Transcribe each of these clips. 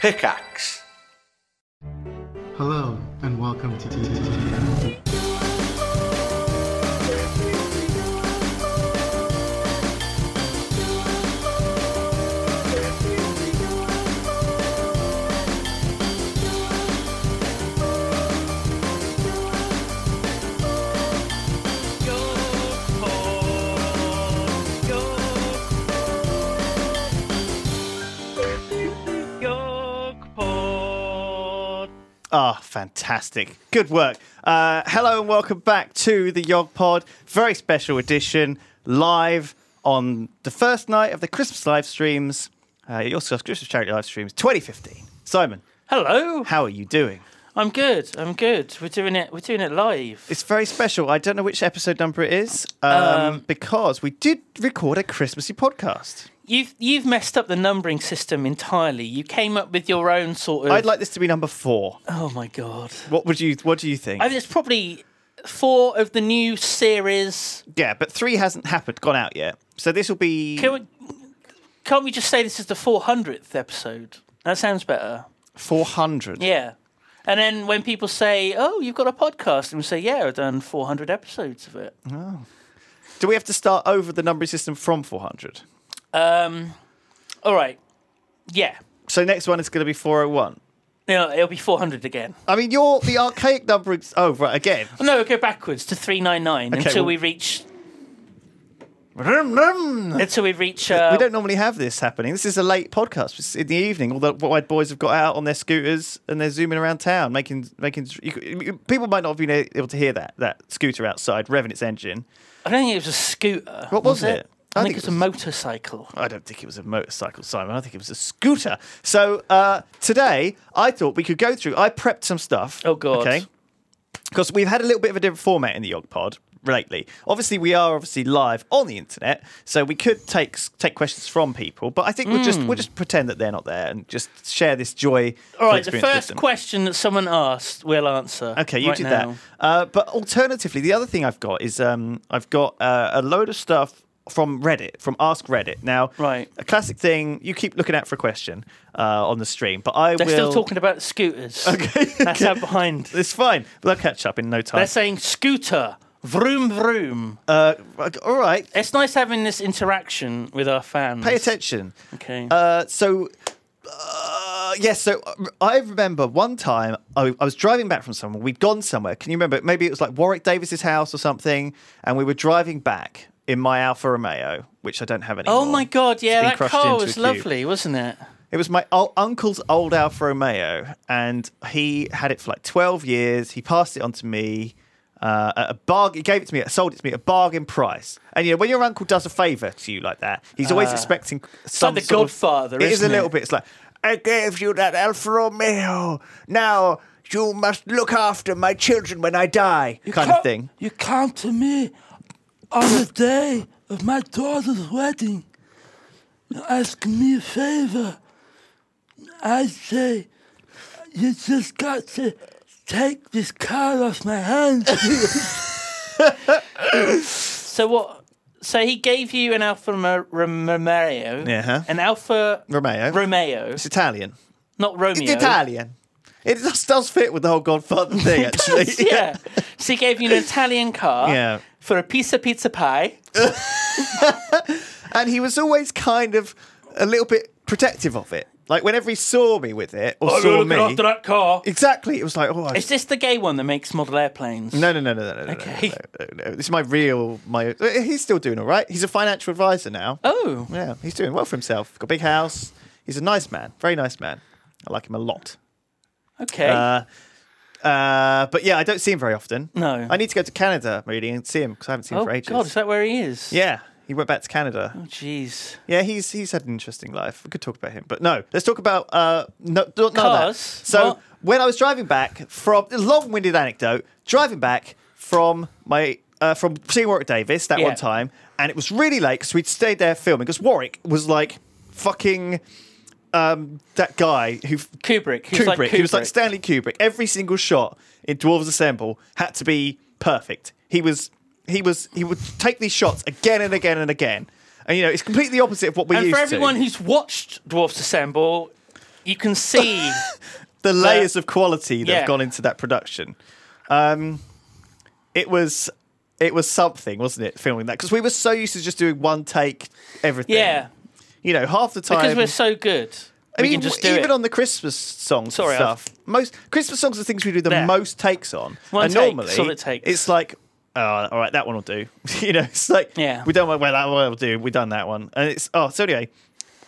Pickaxe. Hello, and welcome to TTT. Oh, fantastic. Good work. Uh, hello and welcome back to the Yog Pod. Very special edition, live on the first night of the Christmas live streams. Uh, it also has Christmas charity live streams 2015. Simon, Hello. how are you doing? I'm good. I'm good. We're doing it. We're doing it live. It's very special. I don't know which episode number it is um, because we did record a Christmassy podcast. You've you've messed up the numbering system entirely. You came up with your own sort of. I'd like this to be number four. Oh my god. What would you? What do you think? I mean, it's probably four of the new series. yeah, but three hasn't happened, gone out yet. So this will be Can we, can't we just say this is the 400th episode? That sounds better. four hundred. Yeah. And then when people say, "Oh, you've got a podcast," and we say, "Yeah, I've done 400 episodes of it." Do we have to start over the numbering system from 400? Um, all right. Yeah. So next one is going to be 401. No, it'll be 400 again. I mean, you're the archaic numbering. s- Oh, right, again. No, we'll go backwards to 399 Okay, until well- we reach Vroom, vroom. until we reach uh, we don't normally have this happening. This is a late podcast. It's in the evening. All the wide boys have got out on their scooters and they're zooming around town, making making. You, c- you- people might not have been able to hear that that scooter outside revving its engine. I don't think it was a scooter. What was it? I, think, it was, a motorcycle. I don't think it was a motorcycle, Simon. I think it was a scooter. So uh, today, I thought we could go through. I prepped some stuff. Oh, God. Okay. Because we've had a little bit of a different format in the Yog Pod lately. Obviously, we are obviously live on the internet, so we could take take questions from people. But I think we'll Hmm. just we'll just pretend that they're not there and just share this joy. All right, experience the with first them. question that someone asked, we'll answer. Okay, you right did now. that. Uh, but alternatively, the other thing I've got is um, I've got uh, a load of stuff from Reddit, from Ask Reddit. Now, Right. a classic thing you keep looking out for a question uh, on the stream, but I They're will. still talking about scooters. Okay, that's how behind. It's fine. They'll catch up in no time. They're saying scooter, vroom vroom. Uh, right, all right. it's nice having this interaction with our fans. Pay attention. Okay. Uh, so, uh, yes, so uh, I remember one time I, I was driving back from somewhere. We'd gone somewhere. Can you remember? Maybe it was like Warwick Davis's house or something. And we were driving back in my Alfa Romeo, which I don't have anymore. oh my god, yeah, been that crushed car into was a cube. lovely, wasn't it? It was my old, uncle's old Alfa Romeo, and he had it for like 12 years. He passed it on to me. Uh, at a bargain, he gave it to me, sold it to me at a bargain price. And you know, when your uncle does a favour to you like that, he's always expecting some Ah. the sort of- Godfather, it is isn't a little it? bit. It's like, I gave you that Alfa Romeo. Now you must look after my children when I die, kind of thing. You come to me on the day of my daughter's wedding. You ask me a favor. I say, you just got to take this card off my hands. So what? So he gave you an Alfa Ro- Romeo, Yeah. an Alfa Romeo. Romeo, It's Italian. not Romeo. It's Italian. It just does fit with the whole Godfather thing, actually. yeah. So he gave you an Italian car Yeah. for a piece of pizza pie. and he was always kind of a little bit protective of it. Like whenever he saw me with it Oh, or saw me, that car. exactly, it was like, oh, I Is this the gay one that makes model airplanes? no, no, no, no, no, no, no, Okay. no, no, no, no. This is my real, my. He's still doing all right. He's a financial advisor now. Oh, Yeah, he's doing well for himself. Got a big house. He's a nice man, very nice man. I like him a lot. okay. Uh, uh, but yeah, I don't see him very often. No. I need to go to Canada really and see him because I haven't seen him oh for ages. God, is that where he is? yeah, he went back to Canada. Oh, jeez. Yeah, he's he's had an interesting life. We could talk about him, but no, let's talk about uh no, no, none of that. Cars? So What? when I was driving back from long-winded anecdote, driving back from my uh, from seeing Warwick Davis that Yeah. one time, and it was really late because we'd stayed there filming because Warwick was like fucking um that guy who Kubrick. He Kubrick. was like Kubrick. He was like Stanley Kubrick. Every single shot in Dwarves Assemble had to be perfect. He was he was he would take these shots again and again and again. And you know, it's completely opposite of what we and used for everyone to. who's watched Dwarfs Assemble, you can see the layers of quality that uh, Yeah. have gone into that production. Um, it was it was something, wasn't it? Filming that because we were so used to just doing one take everything. yeah you know, half the time because we're so good. I we mean, can just do even it. on the Christmas songs Sorry, and stuff, most Christmas songs are things we do the Yeah. most takes on. One and take, normally, that's all it takes. it's like, oh, all right, that one will do. you know, it's like, Yeah. we don't well, that one will do. We've done that one, and it's oh, so anyway,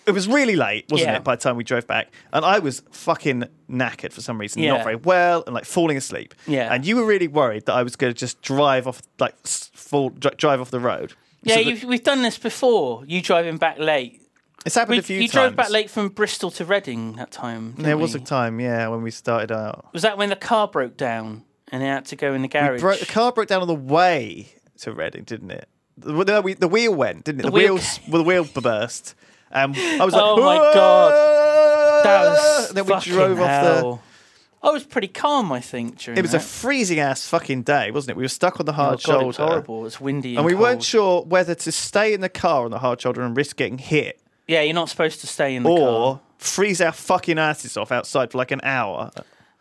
it was really late, wasn't Yeah. it? By the time we drove back, and I was fucking knackered for some reason, Yeah. not very well, and like falling asleep. Yeah. and you were really worried that I was going to just drive off, like s- fall, dri- drive off the road. yeah, So that- you've, we've done this before. You driving back late. it's happened We, a few you times. drove back late from Bristol to Reading that time. didn't There was a we? time, yeah, when we started out. Was that when the car broke down and they had to go in the garage? Bro- the car broke down on the way to Reading, didn't it? The, no, we, the wheel went, didn't it? The, wheel wheels, well, the wheel burst. Um, I was like, Oh my God. "Whoa!" that was And then we drove off the. I was pretty calm, I think. During the. It was a that. freezing ass fucking day, wasn't it? We were stuck on the oh, hard God, shoulder, It was horrible. It's windy, and, and we weren't cold. sure whether to stay in the car on the hard shoulder and risk getting hit, Yeah, you're not supposed to stay in the or car. freeze our fucking asses off outside for like an hour.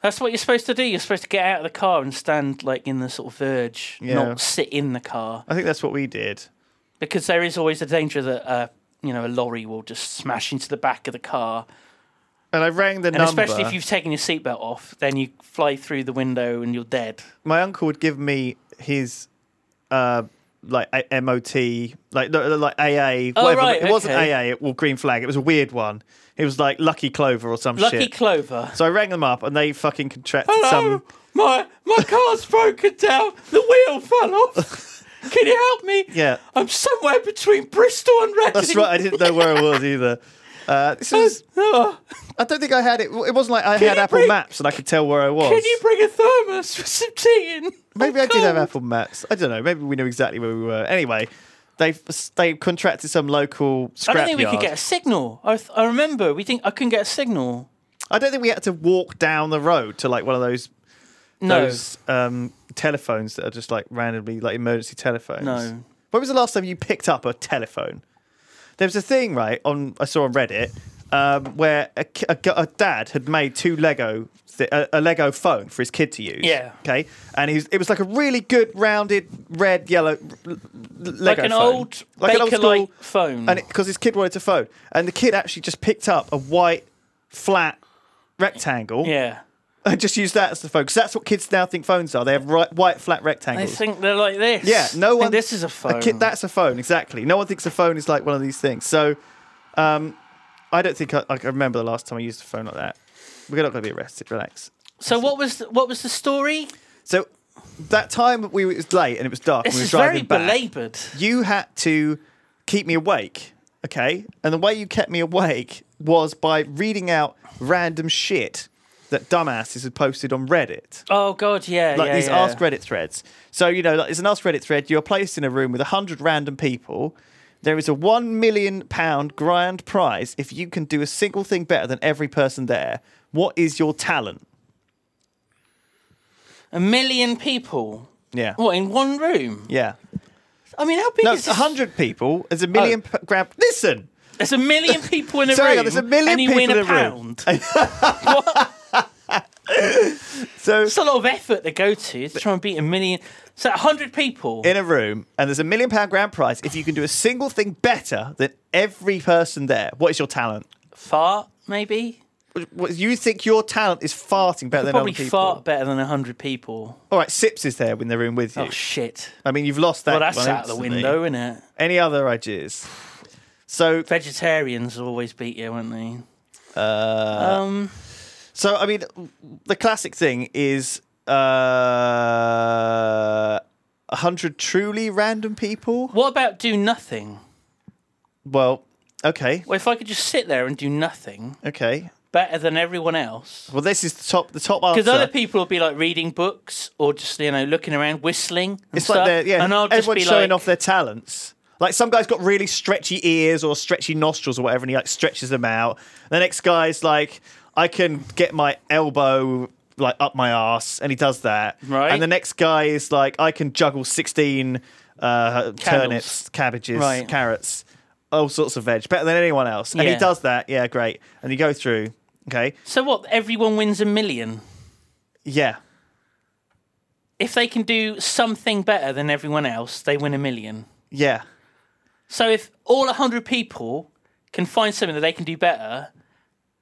That's what you're supposed to do. You're supposed to get out of the car and stand like in the sort of verge, Yeah. not sit in the car, I think that's what we did. because there is always a danger that uh, you know a lorry will just smash into the back of the car, And I rang the and number. especially if you've taken your seatbelt off, then you fly through the window and you're dead. my uncle would give me his uh like a- MOT, like no, no, like AA, Oh, whatever. right, it wasn't okay. AA, it well, green flag. It was a weird one. It was like Lucky Clover or some Lucky shit. Clover. so I rang them up and they fucking contracted Hello, some. Oh, my my car's broken down. The wheel fell off. Can you help me? Yeah. I'm somewhere between Bristol and Reading. That's right. I didn't know where I was either. Uh, this is, Oh, I don't think I had it. It wasn't like I had you Apple bring- Maps and I could tell where I was. can you bring a thermos for some tea in? Oh, Maybe I I'm did have cold. Apple Maps. I don't know. Maybe we knew exactly where we were. Anyway, they they contracted some local I scrapyard. don't think we could get a signal. I, th- I remember we didn't. I couldn't get a signal. I don't think we had to walk down the road to like one of those No. those um, telephones that are just like randomly like emergency telephones. No. When was the last time you picked up a telephone? There was a thing right on I saw on Reddit um, where a, ki- a, gu- a dad had made two Lego th- a, a Lego phone for his kid to use. Yeah. Okay. And he was, it was like a really good rounded red yellow l- l- Lego like an phone. old like an old Bakelite school phone. and because his kid wanted to phone, and the kid actually just picked up a white flat rectangle yeah. and just used that as the phone because that's what kids now think phones are. They have right, white flat I rectangles. think they're like this. yeah, no Think one. This is a phone. kid, that's a phone exactly. No one thinks a phone is like one of these things. So, um, I don't think I, I can remember the last time I used a phone like that. We're not going to be arrested. Relax. so what was the, what was the story? So, that time we it was late and it was dark. and This we were is very driving back. belabored. you had to keep me awake, okay? And the way you kept me awake was by reading out random shit that dumbasses had posted on Reddit. Oh God, yeah, Like yeah, these yeah. Ask Reddit threads. So, you know, like, it's an Ask Reddit thread. You're placed in a room with 100 random people. There is a £1 million pound grand prize if you can do a single thing better than every person there. What is your talent? A million people. Yeah. What in one room? Yeah. I mean, how big No, is Oh. it's this? 100 people. There's a million p- grand. Listen! There's a million people in a Sorry, room. there's a million and you people win in a a room. pound. What? So, It's a lot of effort to go to to try and beat a million. So hundred people. in a room and there's a million pound grand prize if you can do a single thing better than every person there. What is your talent? fart maybe. What, you think your talent is farting better than other Probably people? fart better than hundred people. All right, Sips is there in the room with you. Oh shit! I mean, you've lost that. Well, that's one out the instantly. window, isn't it? Any other ideas? So, Vegetarians always beat you, won't they? Uh, Um, so I mean, the classic thing is uh, a hundred truly random people. What about do nothing? Well, okay, Well, if I could just sit there and do nothing okay. better than everyone else, Well, this is the top. The top answer. Because other people will be like reading books or just you know looking around, whistling. And It's stuff, like they're, yeah, and I'll just everyone's be showing like, off their talents. Like some guy's got really stretchy ears or stretchy nostrils or whatever, and he like stretches them out. The next guy's like, I can get my elbow like up my ass, and he does that. Right. And the next guy is like, I can juggle sixteen uh, turnips, cabbages, Right. carrots, all sorts of veg, better than anyone else, and he Yeah. does that. Yeah, great. And you go through. Okay. So what? Everyone wins a million. Yeah. If they can do something better than everyone else, they win a million. Yeah. So if all 100 people can find something that they can do better,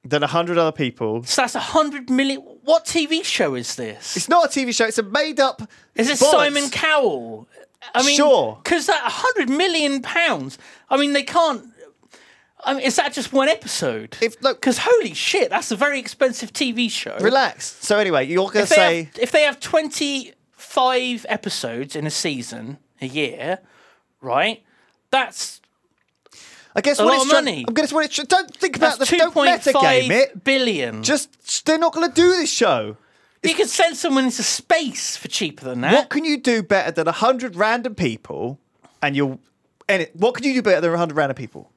Then a hundred other people. so that's 100 million. What TV show is this? It's not a TV show. It's a made up. Is it bollocks. Simon Cowell? I mean, Sure. Because that 100 million pounds, I mean, they can't. I mean, is that just one episode? If- look- because holy shit, that's a very expensive TV show. Relax. So anyway, you're gonna if they, say have, if they have 25 episodes in a season, a year, right? That's, I guess a what lot it's of trying- money. I guess what it's trying- don't think about that's the don't meta game it. 2.5 billion. Just they're not gonna do this show. you could send someone into space for cheaper than that. What can you do better than hundred random people? And you'll and it, what can you do better than hundred random people?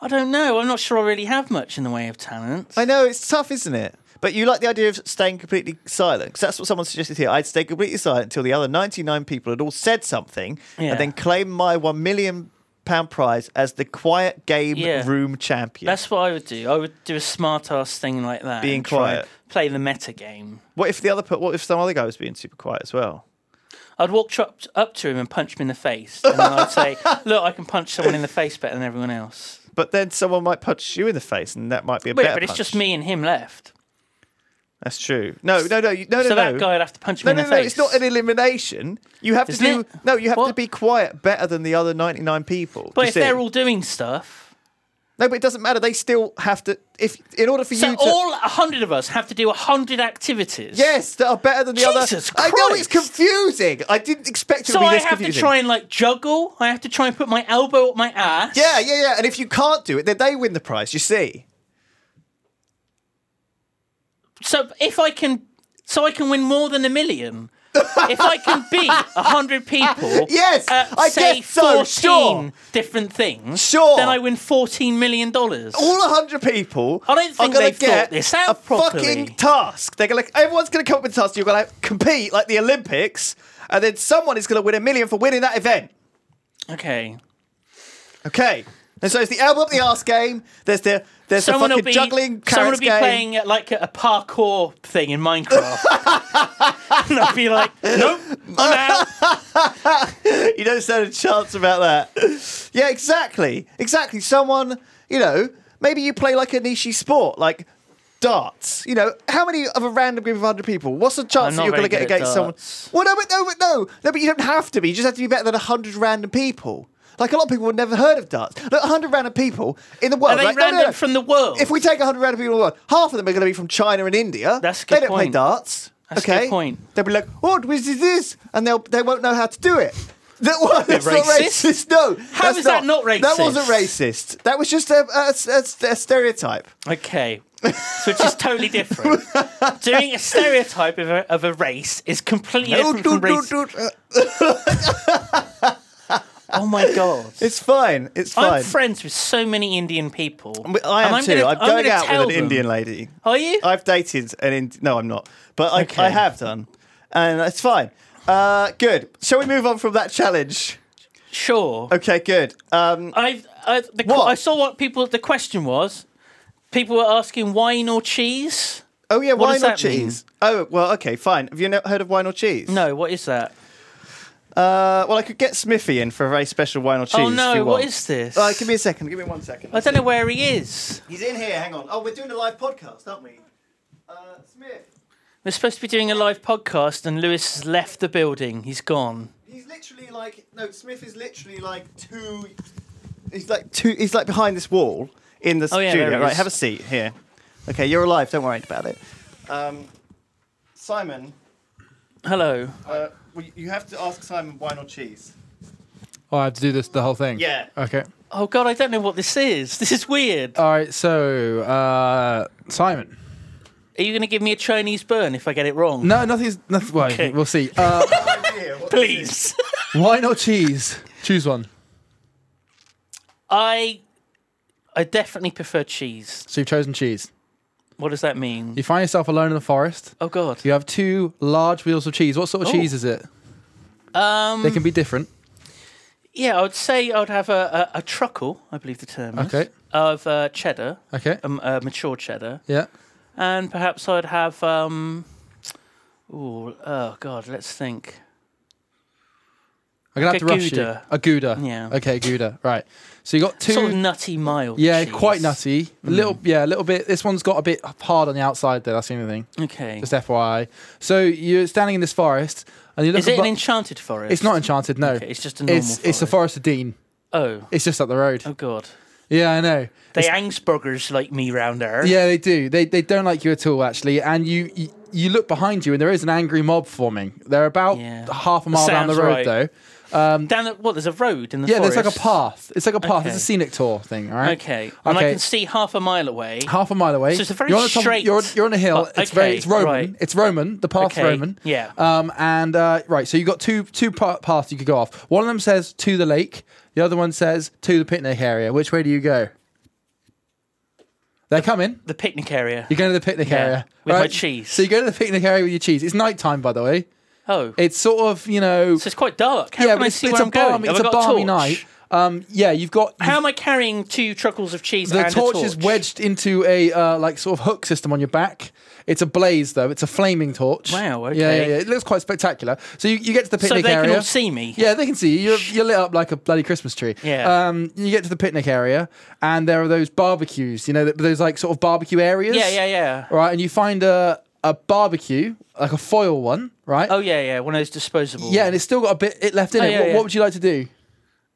I don't know. I'm not sure I really have much in the way of talent. I know it's tough, isn't it? But you like the idea of staying completely silent because that's what someone suggested here. I'd stay completely silent until the other 99 people had all said something, Yeah. and then claim my one million pound prize as the quiet game Yeah. room champion. That's what I would do. I would do a smart ass thing like that. Being and try and quiet. Play the meta game. what if the other? What if some other guy was being super quiet as well? I'd walk tr- up to him and punch him in the face. And then I'd say, Look, I can punch someone in the face better than everyone else. But then someone might punch you in the face, and that might be a Wait, better but it's punch. just me and him left. That's true. No, no, no, you- no, So no, that no. guy would have to punch no, him no, in the no, face. it's not an elimination. You have Isn't to do it? no. You have to What? be quiet better than the other ninety nine people. but you if see? they're all doing stuff, no, but it doesn't matter. They still have to. If in order for so you to all a hundred of us have to do a hundred activities. Yes, that are better than the Jesus other. I know it's Christ. confusing. I didn't expect it So to be I this have to confusing. try and like juggle. I have to try and put my elbow up my ass. yeah, yeah, yeah. And if you can't do it, then they win the prize. You see? So if I can, so I can win more than a million. if I can beat a hundred people, Yes, at, I Uh, say guess so, fourteen sure. different things, Sure. then I win fourteen million dollars. All hundred people I don't think are going they've to get thought this a out properly. fucking task. They're going to. Everyone's going to come up with a task. You're going to compete like the Olympics, and then someone is going to win a million for winning that event. Okay, Okay. And so it's the elbow up the ass game. There's the there's someone the will fucking be juggling someone carrots will be game. playing at, like a, a parkour thing in Minecraft, and I'll be like, nope, I'm out. you don't stand a chance about that. Yeah, exactly. Exactly. Someone, you know, maybe you play like a niche sport, like darts. You know, how many of a random group of 100 people? What's the chance I'm that not you're going to very get good at against someone? darts. Well, no, but no, but no. No, but you don't have to be. You just have to be better than 100 random people. Like a lot of people would never heard of darts. Look, 100 random people in the world. Are they right? No, no, random no. from the world? If we take 100 random people in the world, half of them are going to be from China and India. That's a They don't good play point. darts. That's a good okay. point. They'll be like, "What? What is this?" And they'll they won't know how to do it. That was that's not racist. racist. No, How that's is that not That racist? wasn't racist. That was just a, a- a- a stereotype. Okay. So it's just totally different. Doing a stereotype of a, of a race is completely different from race. uh, Oh my god. It's fine. It's I'm fine. friends with so many Indian people. I And am I'm too. gonna- I'm gonna going out tell with an them. Indian Uh, lady. Are you? I've dated an Indian. No, I'm not. But I, Okay. I have done, and it's fine. Uh, good. Shall we move on from that challenge? sure. Okay, good. Um, I've, I, the, qu- What? I saw what people. The question was, people were asking wine or cheese. oh yeah, What wine does or that mean? cheese? Oh well, okay, fine. Have you ne- heard of wine or cheese? No, what is that? Uh, well, I could get Smithy in for a very special wine or cheese. oh if no, you want. what is this? Uh, give me a second. Give me one second. I don't know where he is. He's in here. Hang on. Oh, we're doing a live podcast, aren't we? Uh, Smith, We're supposed to be doing a live podcast, and Lewis has left the building. He's gone. he's literally like no. Smith is literally like two. He's like two. He's like behind this wall in the Oh, yeah, studio. there he right, is. have a seat here. Okay, you're alive. Don't worry about it. Um, Simon, Hello. uh, well, you have to ask Simon wine or cheese. Oh, I have to do this the whole thing. Yeah. Okay. Oh god, I don't know what this is. This is weird. All right. So, uh, Simon. Are you going to give me a Chinese burn if I get it wrong? No, nothing's. Nothing, well, Okay. We'll see. Uh, please. wine or cheese? Choose one. I I definitely prefer cheese. So you've chosen cheese. What does that mean? You find yourself alone in the forest. oh god. You have Oh. two large wheels of cheese. What sort of cheese is it? Um, they can be different. yeah, I would say I'd have a, a, a truckle, I believe the term is, Okay. of uh, cheddar, Okay. um, uh, mature cheddar, yeah. and perhaps I'd have. Um, ooh, oh God, let's think. I'm gonna Like have to a rush Gouda. you. A Gouda. Yeah. Okay, Gouda. Right. So you got two. Sort of nutty, mild. yeah, cheese. quite nutty. A little. Yeah, a little bit. This one's got a bit hard on the outside. There. That's the only thing. Okay. Just FYI. So you're standing in this forest, and you're looking. Is it an bu- enchanted forest? it's not enchanted. No. Okay, it's just a normal it's it's a forest of Dean. Oh, It's just up the road. oh God. Yeah, I know. They It's- Angsburgers like me round there. yeah, they do. They they don't like you at all, actually. And you you, you look behind you, and there is an angry mob forming. They're about Yeah. half a mile down the Sounds road, right. though. Down at, what? There's a road in the Yeah, forest. there's like a path. It's like a path. Okay. It's a scenic tour thing, all right? Okay. And I Okay. can see half a mile away. Half a mile away. So it's a very you're on the top- straight- You're, you're on a hill. Oh, it's very. okay, It's Roman. right. It's Roman. The path's Okay, Roman. yeah. Um. And uh, right. So you got two two pa- paths you could go off. One of them says to the lake. The other one says to the picnic area. Which way do you go? They're coming. the picnic area. You're going to the picnic Yeah, area with my right? cheese. So you go to the picnic area with your cheese. It's nighttime, by the way. oh, It's sort of you know. so it's quite dark. How yeah, can but I it's, see it's where a I'm going? balmy. Have It's I a got a balmy torch? night. Um. Yeah. You've got. How am I carrying two truckles of cheese the and torch, a torch is wedged into a uh, like sort of hook system on your back. It's a blaze though. It's a flaming torch. Wow, okay. Yeah, yeah, yeah. It looks quite spectacular. So you, you get to the so picnic they area. can all see me. Yeah, they can see you. You're, you're lit up like a bloody Christmas tree. Yeah. Um, you get to the picnic area, and there are those barbecues. You know, th- those like sort of barbecue areas. yeah, yeah, yeah. Right, and you find a a barbecue, like a foil one, right? Oh yeah, yeah. One of those disposable. Yeah, and it's still got a bit it left in Oh, it. yeah, what, yeah. what would you like to do?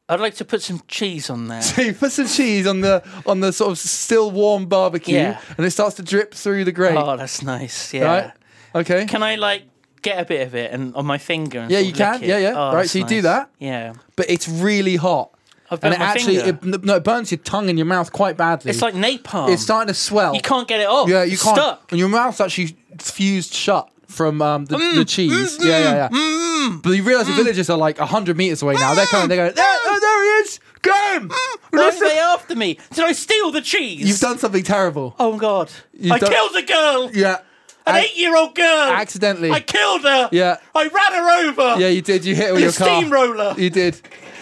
I'd like to put some cheese on there. You put some cheese on the on the sort of still warm barbecue, Yeah. and it starts to drip through the grate. oh, that's nice. Yeah. Right. Okay. Can I like get a bit of it and on my finger? And Yeah, sort you of lick can. Yeah, it? yeah. Oh, Right, that's so you do nice. that. Yeah. but it's really hot. I've And burnt it my actually, finger. it, no, it burns your tongue and your mouth quite badly. it's like napalm. it's starting to swell. You can't get it off. Yeah, you It's can't. Stuck. And your mouth's actually fused shut from um, the, Mm, the cheese. yeah, yeah, yeah. but you realise the villagers are like hundred meters away now. They're coming. They're Mm. going. There, oh, there he is. Game. Why are Listen, they after me? Did I steal the cheese? You've done something terrible. Oh God! You've I done- killed a girl. Yeah. An Ac- eight-year-old girl. accidentally. I killed her. Yeah. I ran her over. yeah, you did. You hit it with With your a car. steamroller. You did.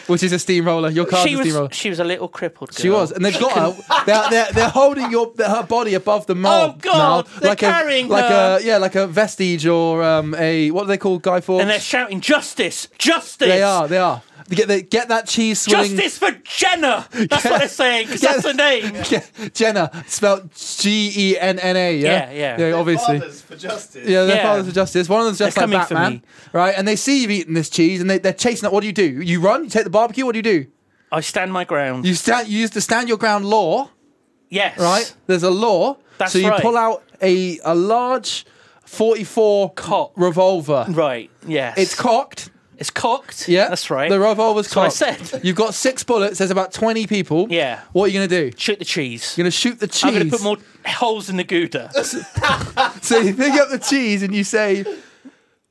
Which is a steamroller. Your car's she a steamroller. was. She was a little crippled. Girl. She was, and they've got her. They're, they're, they're holding your her body above the mob. Oh, God, now, they're like carrying a, like her. a yeah, like a vestige or um a what do they call Guy Fawkes? And they're shouting justice, justice. They are, they are. They Get they get that cheese swilling. Justice for Jenna! That's what they're saying, 'cause that's her name. Yeah, Jenna, spelled G E N N A. Yeah, Yeah, yeah. yeah. Obviously, for justice. yeah. Their Yeah. fathers are justice. One of them's just They're like coming for Batman, me. right? And they see you've eaten this cheese, and they, they're chasing it. What do you do? You run? You take the barbecue? What do you do? I stand my ground. You stand. You use the stand your ground law. yes. right? There's a law. That's so you right. pull out a, a large 44 Cock. revolver. Right. Yes. It's cocked. It's cocked. Yeah. That's right. The revolver's what I cocked. said. You've got six bullets. There's about 20 people. Yeah. What are you going to do? Shoot the cheese. You're going to shoot the cheese. I'm going to put more holes in the gouda. So you pick up the cheese and you say,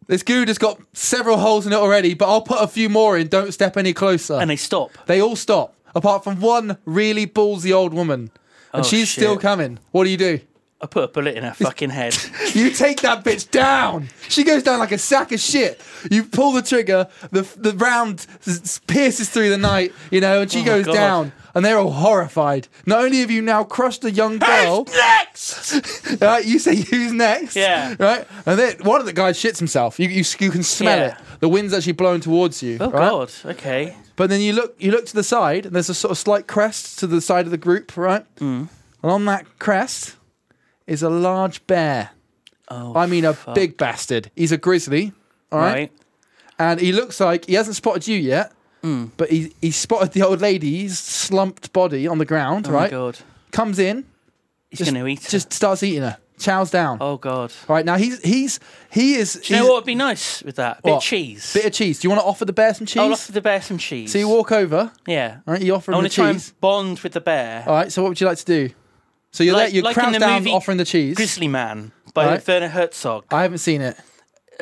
This gouda's got several holes in it already, but I'll put a few more in. Don't step any closer. and they stop. They all stop, apart from one really ballsy old woman. And Oh, she's still shit. coming. What do you do? I put a bullet in her fucking head. You take that bitch down. She goes down like a sack of shit. You pull the trigger. The the round s- s- pierces through the night. You know, and she goes Oh God. down. And they're all horrified. Not only have you now crushed a young girl, Who's next? right? You say who's next, Yeah. right? And then one of the guys shits himself. You you, s- you can smell Yeah. it. The wind's actually blowing towards you. Oh, right? God. Okay. But then you look you look to the side, and there's a sort of slight crest to the side of the group, right? Mm. And on that crest is a large bear. Oh, I mean, a big bastard. He's a grizzly, all right? right. And he looks like he hasn't spotted you yet, Mm. but he he spotted the old lady's slumped body on the ground, Oh, my right? God. Comes in, He's going to eat her. just starts eating her, chows down. Oh, God. All right, now he's he's he is. Do you he's- know what would be nice with that? A bit What? of cheese. Bit of cheese. Do you want to offer the bear some cheese? I'll offer the bear some cheese. so you walk over, Yeah. all right? You offer I him want the to try cheese. Oh. and bond with the bear. All right. So what would you like to do? So you're Like- there, you're like in crouched the down, movie offering the cheese. Grizzly Man by Right. Uh, Werner Herzog. I haven't seen it.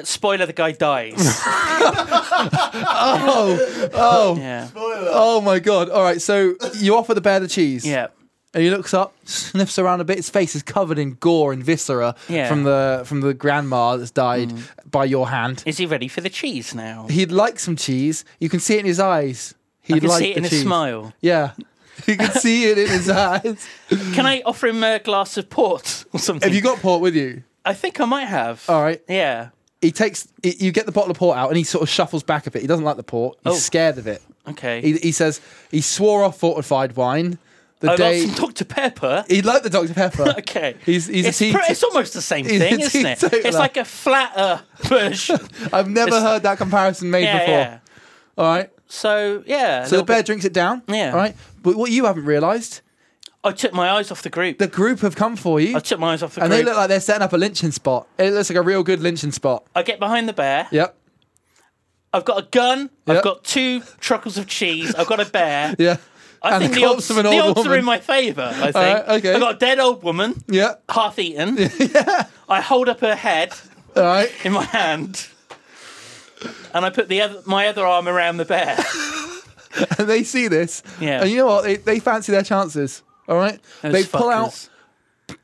Spoiler: the guy dies. Oh, oh, yeah. oh my God! All right, so you offer the bear the cheese. Yeah. And he looks up, sniffs around a bit. His face is covered in gore and viscera Yeah. Mm. from the from the grandma that's died by your hand. Is he ready for the cheese now? He'd like some cheese. You can see it in his eyes. He I can liked see it the in cheese. his smile. Yeah. You can see it in his eyes. Can I offer him a glass of port or something? Have you Oh. got port with you? I think I might have. All right. Yeah. He takes, he- you get the bottle of port out and he sort of shuffles back a bit. He doesn't like the port. He's Oh. scared of it. Okay. He, he says he swore off fortified wine. The I day got some Dr Pepper. he liked the Dr Pepper. Okay. he's he's it's, a tea. pre- it's almost the same he's a thing, isn't it? teetotaler. It's like a flatter version. I've never it's- heard that comparison made yeah, before. yeah. All right. So yeah. a So the little bear bit- drinks it down. Yeah. All right. But what you haven't realised, I took my eyes off the group. the group have come for you, I took my eyes off the and they group. look like they're setting up a lynching spot. It looks like a real good lynching spot. I get behind the bear. Yep. I've got a gun. Yeah. I've got two truckles of cheese. I've got a bear. Yeah. I and think the the, corpse odds, of an the old odds are woman. in my favour. I think. right, okay. I've got a dead old woman, Yeah. half eaten. I hold up her head All right. in my hand, and I put the other, my other arm around the bear. And they see this. Yeah. And you know what? They, they fancy their chances. All right. Those they pull out fuckers.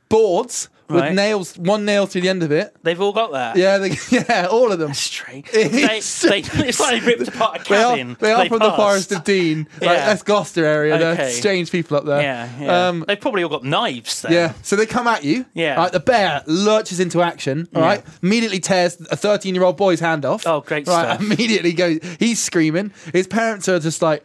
boards with Right. nails, one nail to the end of it. They've all got that. Yeah. They, yeah. All of them. Straight. They, they, it's like they ripped apart a They are, cabin. they are from the passed. Forest of Dean. Like, Yeah. that's Gloucester area. They're Okay. strange people up there. Yeah, yeah. Um, They've probably all got knives then. yeah. So they come at you. Yeah. Right, the bear lurches into action. All Yeah. right. Immediately tears a 13 year old boy's hand off. Oh, great Right. stuff. Immediately goes. He's screaming. His parents are just like,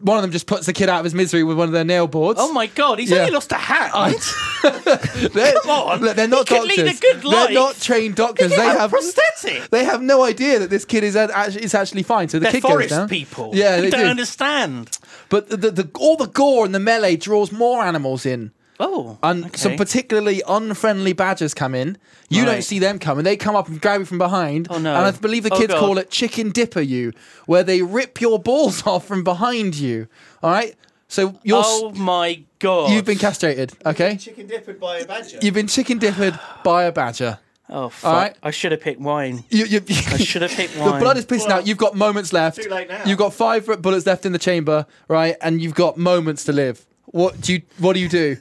one of them just puts the kid out of his misery with one of their nail boards. Oh my god, he's Yeah. only lost a hand. they're, come on. Look, they're not He could doctors. lead a good life. They're not trained doctors. They They have a have prosthetic. They have no idea that this kid is uh, actually, is actually fine. So the They're kid forest goes down. people. Yeah, they don't do. understand. But the, the, the all the gore and the melee draws more animals in. Oh, And okay. some particularly unfriendly badgers come in. You don't Right. see them coming. They come up and grab you from behind. Oh, no. And I believe the Oh, kids God. call it chicken dipper you, where they rip your balls off from behind you. All right? So you're s- oh my god, you've been castrated, okay? Chicken dipped by a badger. You've been chicken dippered by a badger. Oh fuck! All right. I should have picked wine. You, you, I should have picked wine. Your blood is pissing Well, out. You've got moments left. too late now. You've got five bullets left in the chamber, right? And you've got moments to live. What do you? What do you do?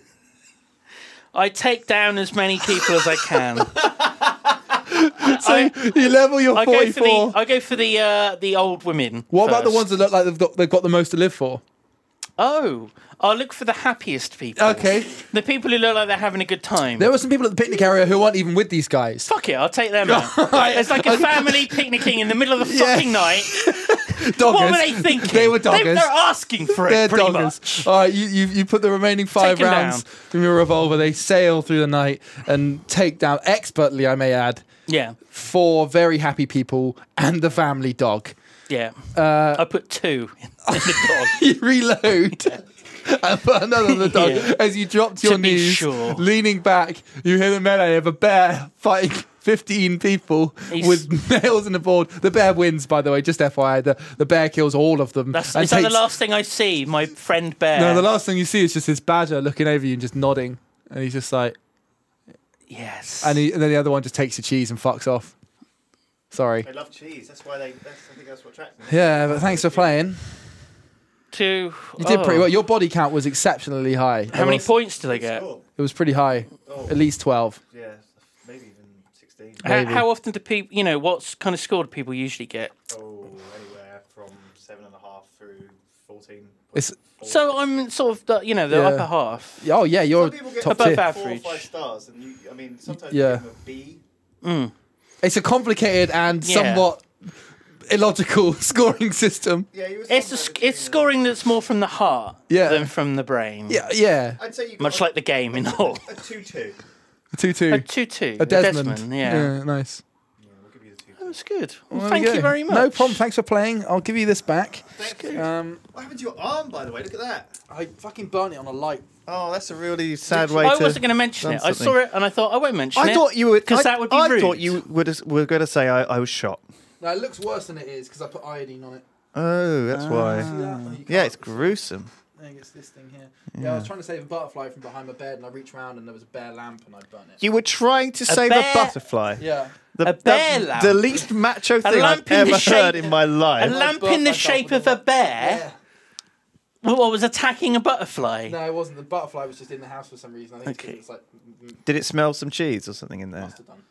I take down as many people as I can. So you level your I go for forty-four. the I go for the uh, the old women. what about the first. ones that look like they've got they've got the most to live for? Oh, I'll look for the happiest people. Okay, The people who look like they're having a good time. there were some people at the picnic area who weren't even with these guys. Fuck it, I'll take them out. It's like a family picnicking in the middle of the Yeah. fucking night. Doggers. What were they thinking? They were doggers. They, are asking for it, They're pretty doggers. much. All right, you, you you put the remaining five Take 'em rounds down. from your revolver. They sail through the night and take down expertly, I may add, Yeah, four very happy people and the family dog. yeah. Uh, I put two in the dog. you reload and put another on the dog Yeah. as you drop to your be knees, sure. leaning back. You hear the melee of a bear fighting. 15 people He's- with nails in the board. The bear wins, by the way, just FYI. The, the bear kills all of them. That's, and is that the takes- last thing I see? My friend Bear. No, the last thing you see is just this badger looking over you and just nodding. And he's just like, Yes. and, he, and then the other one just takes the cheese and fucks off. Sorry. They love cheese. That's why they. That's, I think that's what attracts them. Yeah, but thanks for playing. two. You did oh. pretty well. Your body count was exceptionally high. How It many was- points did I get? Cool. It was pretty high. Oh. At least 12. Yeah, maybe even sixteen. How, Maybe. how often do people, you know, what kind of score do people usually get? Oh, anywhere from seven and a half through fourteen. It's So I'm sort of, the, you know, the Yeah. upper half. Oh yeah, you're Some people get top above tier. average. four or five stars, and you. I mean, sometimes Yeah. Mm. you give them a B. It's a complicated and Yeah. somewhat illogical scoring system. Yeah, you. were somewhere It's the, sc- between it's the- scoring that's more from the heart Yeah. than from the brain. Yeah, yeah. I'd say you got Much a, like the game in all. a two-two. A two two. A 2 2. A Desmond. yeah. nice. Yeah, we'll give you the two. That was good. Well, Well, there thank you go. very much. No problem. Thanks for playing. I'll give you this back. Um, What happened to your arm, by the way? Look at that. I fucking burnt it on a light. Oh, that's a really sad way I to. wasn't going to mention done it. I something. saw it and I thought, I won't mention it. I thought you would Because I- that would be I rude. thought you would were going to say I, I was shot. No, it looks worse than it is because I put iodine on it. Oh, that's Mm. why. Ah. Yeah, it's gruesome. I think it's this thing here. Yeah. I was trying to save a butterfly from behind my bed, and I reached around, and there was a bare lamp, and I burnt it. You were trying to save bear- a butterfly. Yeah. The, A bear the, lamp. the least macho thing lamp I've in the ever shape- heard in my A life. lamp burnt in the myself shape of with a a bear yeah. well, was attacking a butterfly. No, it wasn't. The butterfly was just in the house for some reason. I think Okay. it's like mm, mm, Did it smell some cheese or something in there? must have done.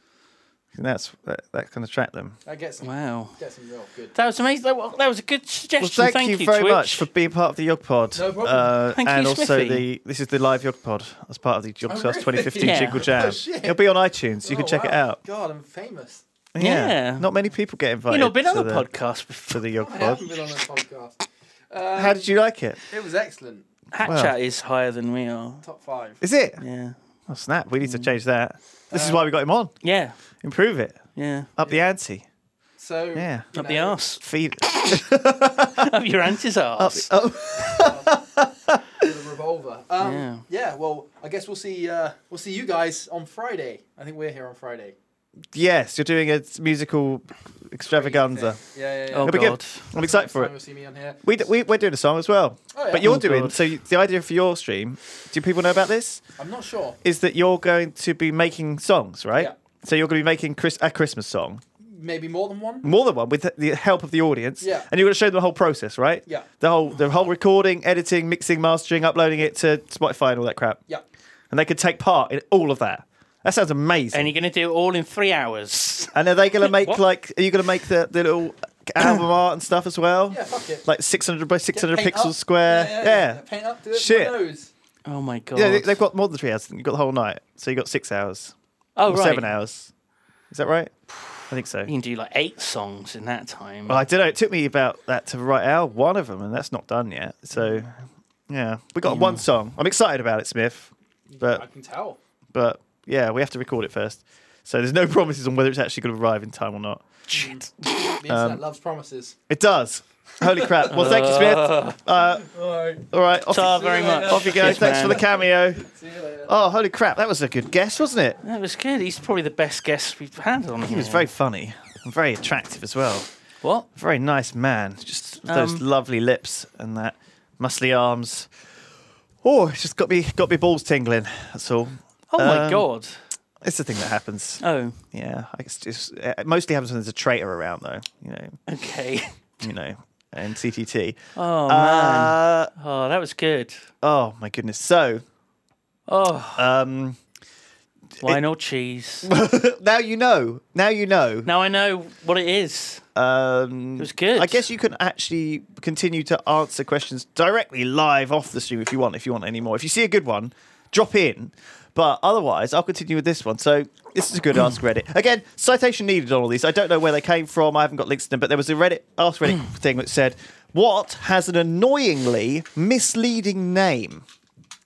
That's that, that's going to attract them. That gets Wow. gets some real good. That was amazing. That wa- that was a good suggestion. Well, thank, you, very Twitch. much for being part of the Yog Pod. No problem. Uh, Thank and you, also Smithy. the this is the live Yog Pod as part of the Yog Oh, Stars really? 2015 Yeah. Jingle Jam. Oh, shit. It'll be on iTunes. You can check it out. Oh, God, I'm famous. Yeah. Not many people get invited. You've not been to on a the, podcast before. for the Yog I Pod. haven't been on a podcast. How did you like it? It was excellent. Hatchat Wow. is higher than we are. Top five. Is it? Yeah. Oh snap! We need to Mm. change that. This Uh, is why we got him on. Yeah. Improve it. Yeah. Up the ante. So Yeah. you Up the know, arse. Feed. Up your auntie's arse. oh. the revolver. Um, yeah. Yeah. Well, I guess we'll see. Uh, we'll see you guys on Friday. I think we're here on Friday. Yes, you're doing a musical extravaganza. Yeah, yeah, yeah. Oh, It'll be God. good. I'm excited for Next it. time You'll see me on here. We, d- we, we're doing a song as well. Oh, yeah. But you're Oh, doing, God. so you, the idea for your stream, do people know about this? I'm not sure. Is that you're going to be making songs, right? Yeah. So you're going to be making Chris, a Christmas song, Maybe more than one. more than one, with the- the help of the audience. Yeah. And you're going to show them the whole process, right? Yeah. The whole, the whole recording, editing, mixing, mastering, uploading it to Spotify and all that crap. Yeah. And they could take part in all of that. That sounds amazing. And you're going to do it all in three hours. And are they going to make What? like? Are you going to make the, the little album art and stuff as well? Yeah, fuck it. Like 600 by 600 Paint pixels up. square. Yeah, yeah, yeah. Paint up. Do it. with my Shit. Nose. Oh, my God. Yeah, they, they've got more than three hours. You've got the whole night, so you got six hours oh, or right. seven hours. Is that right? I think so. You can do like eight songs in that time. Well, I don't know. It took me about that to write out one of them, and that's not done yet. So, yeah, we got one song. I'm excited about it, Smith, I but can tell. but yeah, we have to record it first. So there's no promises on whether it's actually going to arrive in time or not. Shit. The internet Um, loves promises. It does. Holy crap! Well, thank you, Smith. Uh, All right. All right, off, Ta you, very much. off you go. Yes, Thanks for man. the cameo. See you later. Oh, holy crap, that was a good guess, wasn't it? That was good. He's probably the best guest we've had on here. He was very funny and very attractive as well. What? Very nice man. Just those Um, lovely lips and that muscly arms. Oh, it's just got me got me balls tingling. That's all. Oh, my Um, God. It's the thing that happens. Oh, Yeah, it's just, it mostly happens when there's a traitor around, though. You know, okay. you know, and CTT. Oh, man. Uh, Oh, that was good. oh my goodness. So, Oh, um, wine or cheese. now you know. Now you know. Now I know what it is. Um, It was good. I guess you can actually continue to answer questions directly live off the stream if you want. If you want any more, if you see a good one, drop in. But otherwise, I'll continue with this one. So this is a good Ask Reddit. Again, citation needed on all these. I don't know where they came from. I haven't got links to them, but there was a Reddit Ask Reddit thing that said, "What has an annoyingly misleading name?"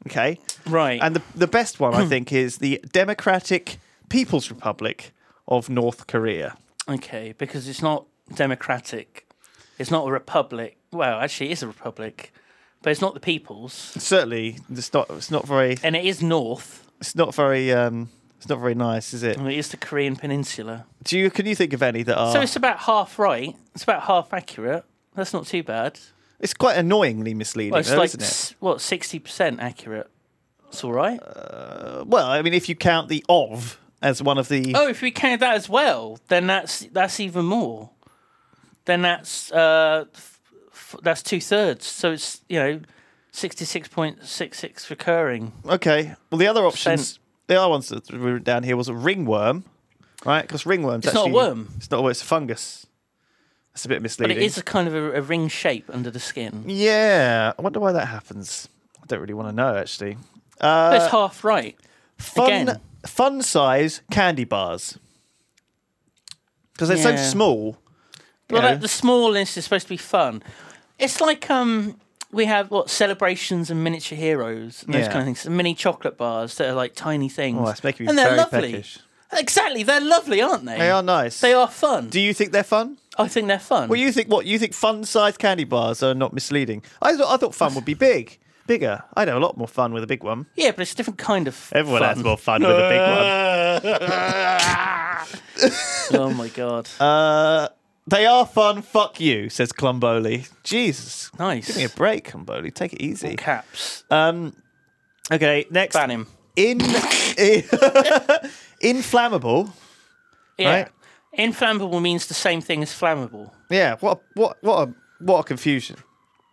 Okay, Right. and the the best one I think is the Democratic People's Republic of North Korea. Okay, because it's not democratic. It's not a republic. Well, actually, it is a republic, but it's not the people's, Certainly, it's not. It's not very. and it is north. it's not very um it's not very nice, is it? And it is the Korean Peninsula. Do you can you think of any that are So it's about half right. It's about half accurate. That's not too bad. it's quite annoyingly misleading, Well, it's though, like isn't it? s- what sixty percent accurate. It's all right. Well, I mean if you count the of as one of the oh, if we count that as well, then that's that's even more. Then that's uh, f- f- that's two thirds. So it's you know sixty-six point six six recurring. okay. Well the other options the other ones that were down here was a ringworm. Right? Because ringworm's It's not a actually worm. It's not a worm, it's a fungus. That's a bit But misleading. it is a kind of a, a ring shape under the skin. Yeah. I wonder why that happens. I don't really want to know actually. That's half right. Fun Again. fun size candy bars. Because they're so Yeah. small. Well, know. that, the smallness is supposed to be fun. It's like um, we have what celebrations and miniature heroes and those Yeah. kind of things. Mini chocolate bars that are like tiny things. Oh, that's making me and they're very lovely. peckish. Exactly, they're lovely, aren't they? They are nice. They are fun. Do you think they're fun? I think they're fun. Well, you think what? You think fun-sized candy bars are not misleading? I thought I thought fun would be big, bigger. I'd have a lot more fun with a big one. yeah, but it's a different kind of. Everyone fun. has more fun with a big one. Oh my god! Uh, they are fun. Fuck you, says Clomboli. Jesus, nice. give me a break, Clomboli. Take it easy. caps. Um, okay, next Ban him. in, inflammable. Yeah. Right. Inflammable means the same thing as flammable. Yeah, what a, what what a what a confusion.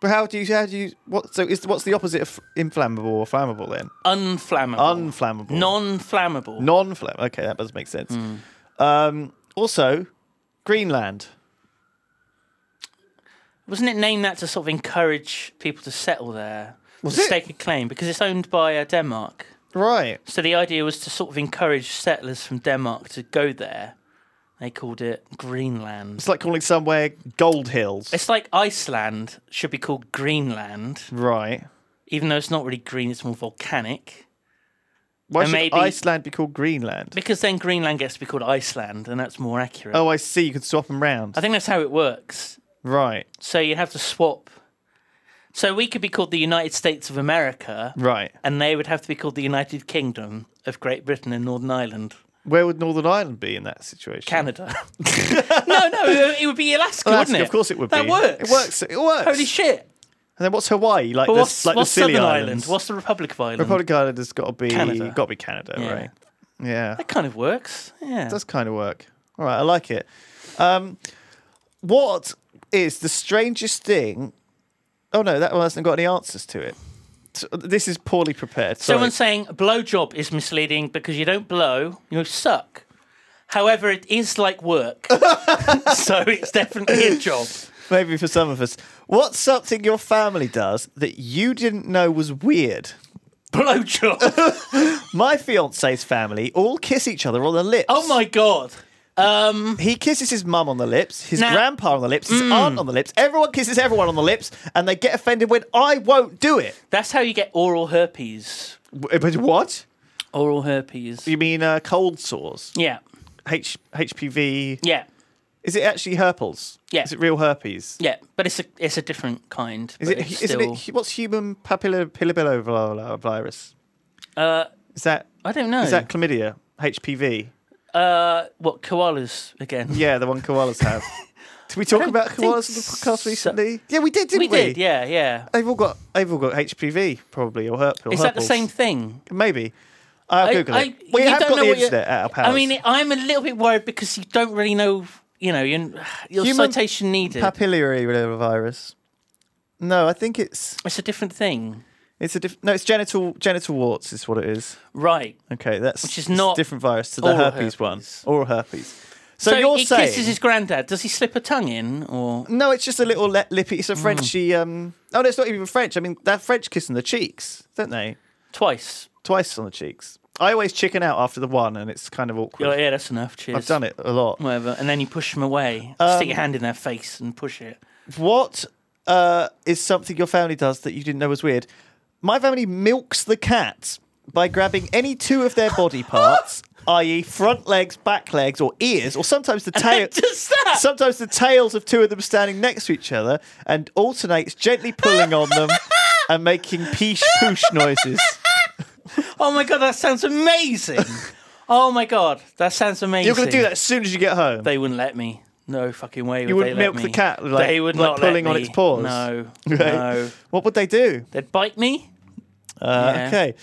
But how do you how do you what? So is what's the opposite of inflammable or flammable then? Unflammable. Unflammable. Non-flammable. Hmm. Non-flammable. Okay, that does make sense. Um, also, Greenland. Wasn't it named that to sort of encourage people to settle there? to stake a claim because it's owned by uh, Denmark. Right. So the idea was to sort of encourage settlers from Denmark to go there. They called it Greenland. It's like calling somewhere Gold Hills. It's like Iceland should be called Greenland, right. even though it's not really green, it's more volcanic. Why And should maybe- Iceland be called Greenland? Because then Greenland gets to be called Iceland, and that's more accurate. Oh, I see. You could swap them round. I think that's how it works. Right. So you have to swap. So we could be called the United States of America, Right. and they would have to be called the United Kingdom of Great Britain and Northern Ireland. Where would Northern Ireland be in that situation? Canada. no, no, it would be Alaska, Alaska, wouldn't it? Of course it would that be. It works. works. It works. Holy shit. And then what's Hawaii? Like But the, what's, like what's the silly Southern Ireland? islands. What's the Republic of Ireland? Republic of Ireland has got to be Canada. got to be Canada, Yeah. right? Yeah. That kind of works. Yeah. does kind of work. All right, I like it. Um, what is the strangest thing? Oh no, that one hasn't got any answers to it. So, this is poorly prepared. Sorry. Someone's saying blowjob is misleading because you don't blow, you suck. However, it is like work. so it's definitely a job. Maybe for some of us, what's something your family does that you didn't know was weird? Blowjob. My fiance's family all kiss each other on the lips. Oh my god. Um, He kisses his mum on the lips, his Now- grandpa on the lips, his Mm. aunt on the lips. Everyone kisses everyone on the lips, and they get offended when I won't do it. that's how you get oral herpes. W- But what? Oral herpes. You mean uh, cold sores? Yeah. H- HPV? Yeah. Is it actually herpes? Yeah. Is it real herpes? Yeah. But it's a it's a different kind. Is but it? it's Isn't still, it? What's human papillomavirus? virus? Uh, Is that? I don't know. Is that chlamydia? HPV? uh, what koalas again? Yeah, the one koalas have. did we talk don't about think koalas on the podcast so. recently? Yeah, we did, didn't we? we did. Yeah. Yeah. They've all got. They've all got HPV probably or herpes. Is that the same thing? Maybe. I'll I- Google I- it. We you have don't got know the what you- internet at our powers. I mean, I'm a little bit worried because you don't really know, you know, your, your Human citation needed. papillary virus. No, I think it's it's a different thing, it's a diff- no, it's genital genital warts is what it is. right? Okay, that's Which is it's a not different virus to the oral herpes, one. herpes. Oral herpes. So, So, you're he saying kisses his granddad. Does he slip a tongue in, or no? It's just a little le- lippy. It's a Mm. Frenchy. Um, oh no, it's not even French. I mean, they're French kissing the cheeks, don't they? twice? Twice on the cheeks. I always chicken out after the one, and it's kind of awkward. You're like, yeah, that's enough. Cheers. I've done Um, it a lot. Whatever, and then you push them away. Stick your hand in their face and push it. What uh, is something your family does that you didn't know was weird? My family milks the cat by grabbing any two of their body parts, i.e., front legs, back legs, or ears, or sometimes the tail. Does that? Sometimes the tails of two of them standing next to each other and alternates gently pulling on them and making peesh poosh noises. oh my god, that sounds amazing! oh my god, that sounds amazing. You're going to do that as soon as you get home. They wouldn't let me. No fucking way. You Would they wouldn't let milk the me. cat, like- they would like not let pulling on me. its paws? No, Right? no. What would they do? They'd bite me. Uh, Yeah. Okay.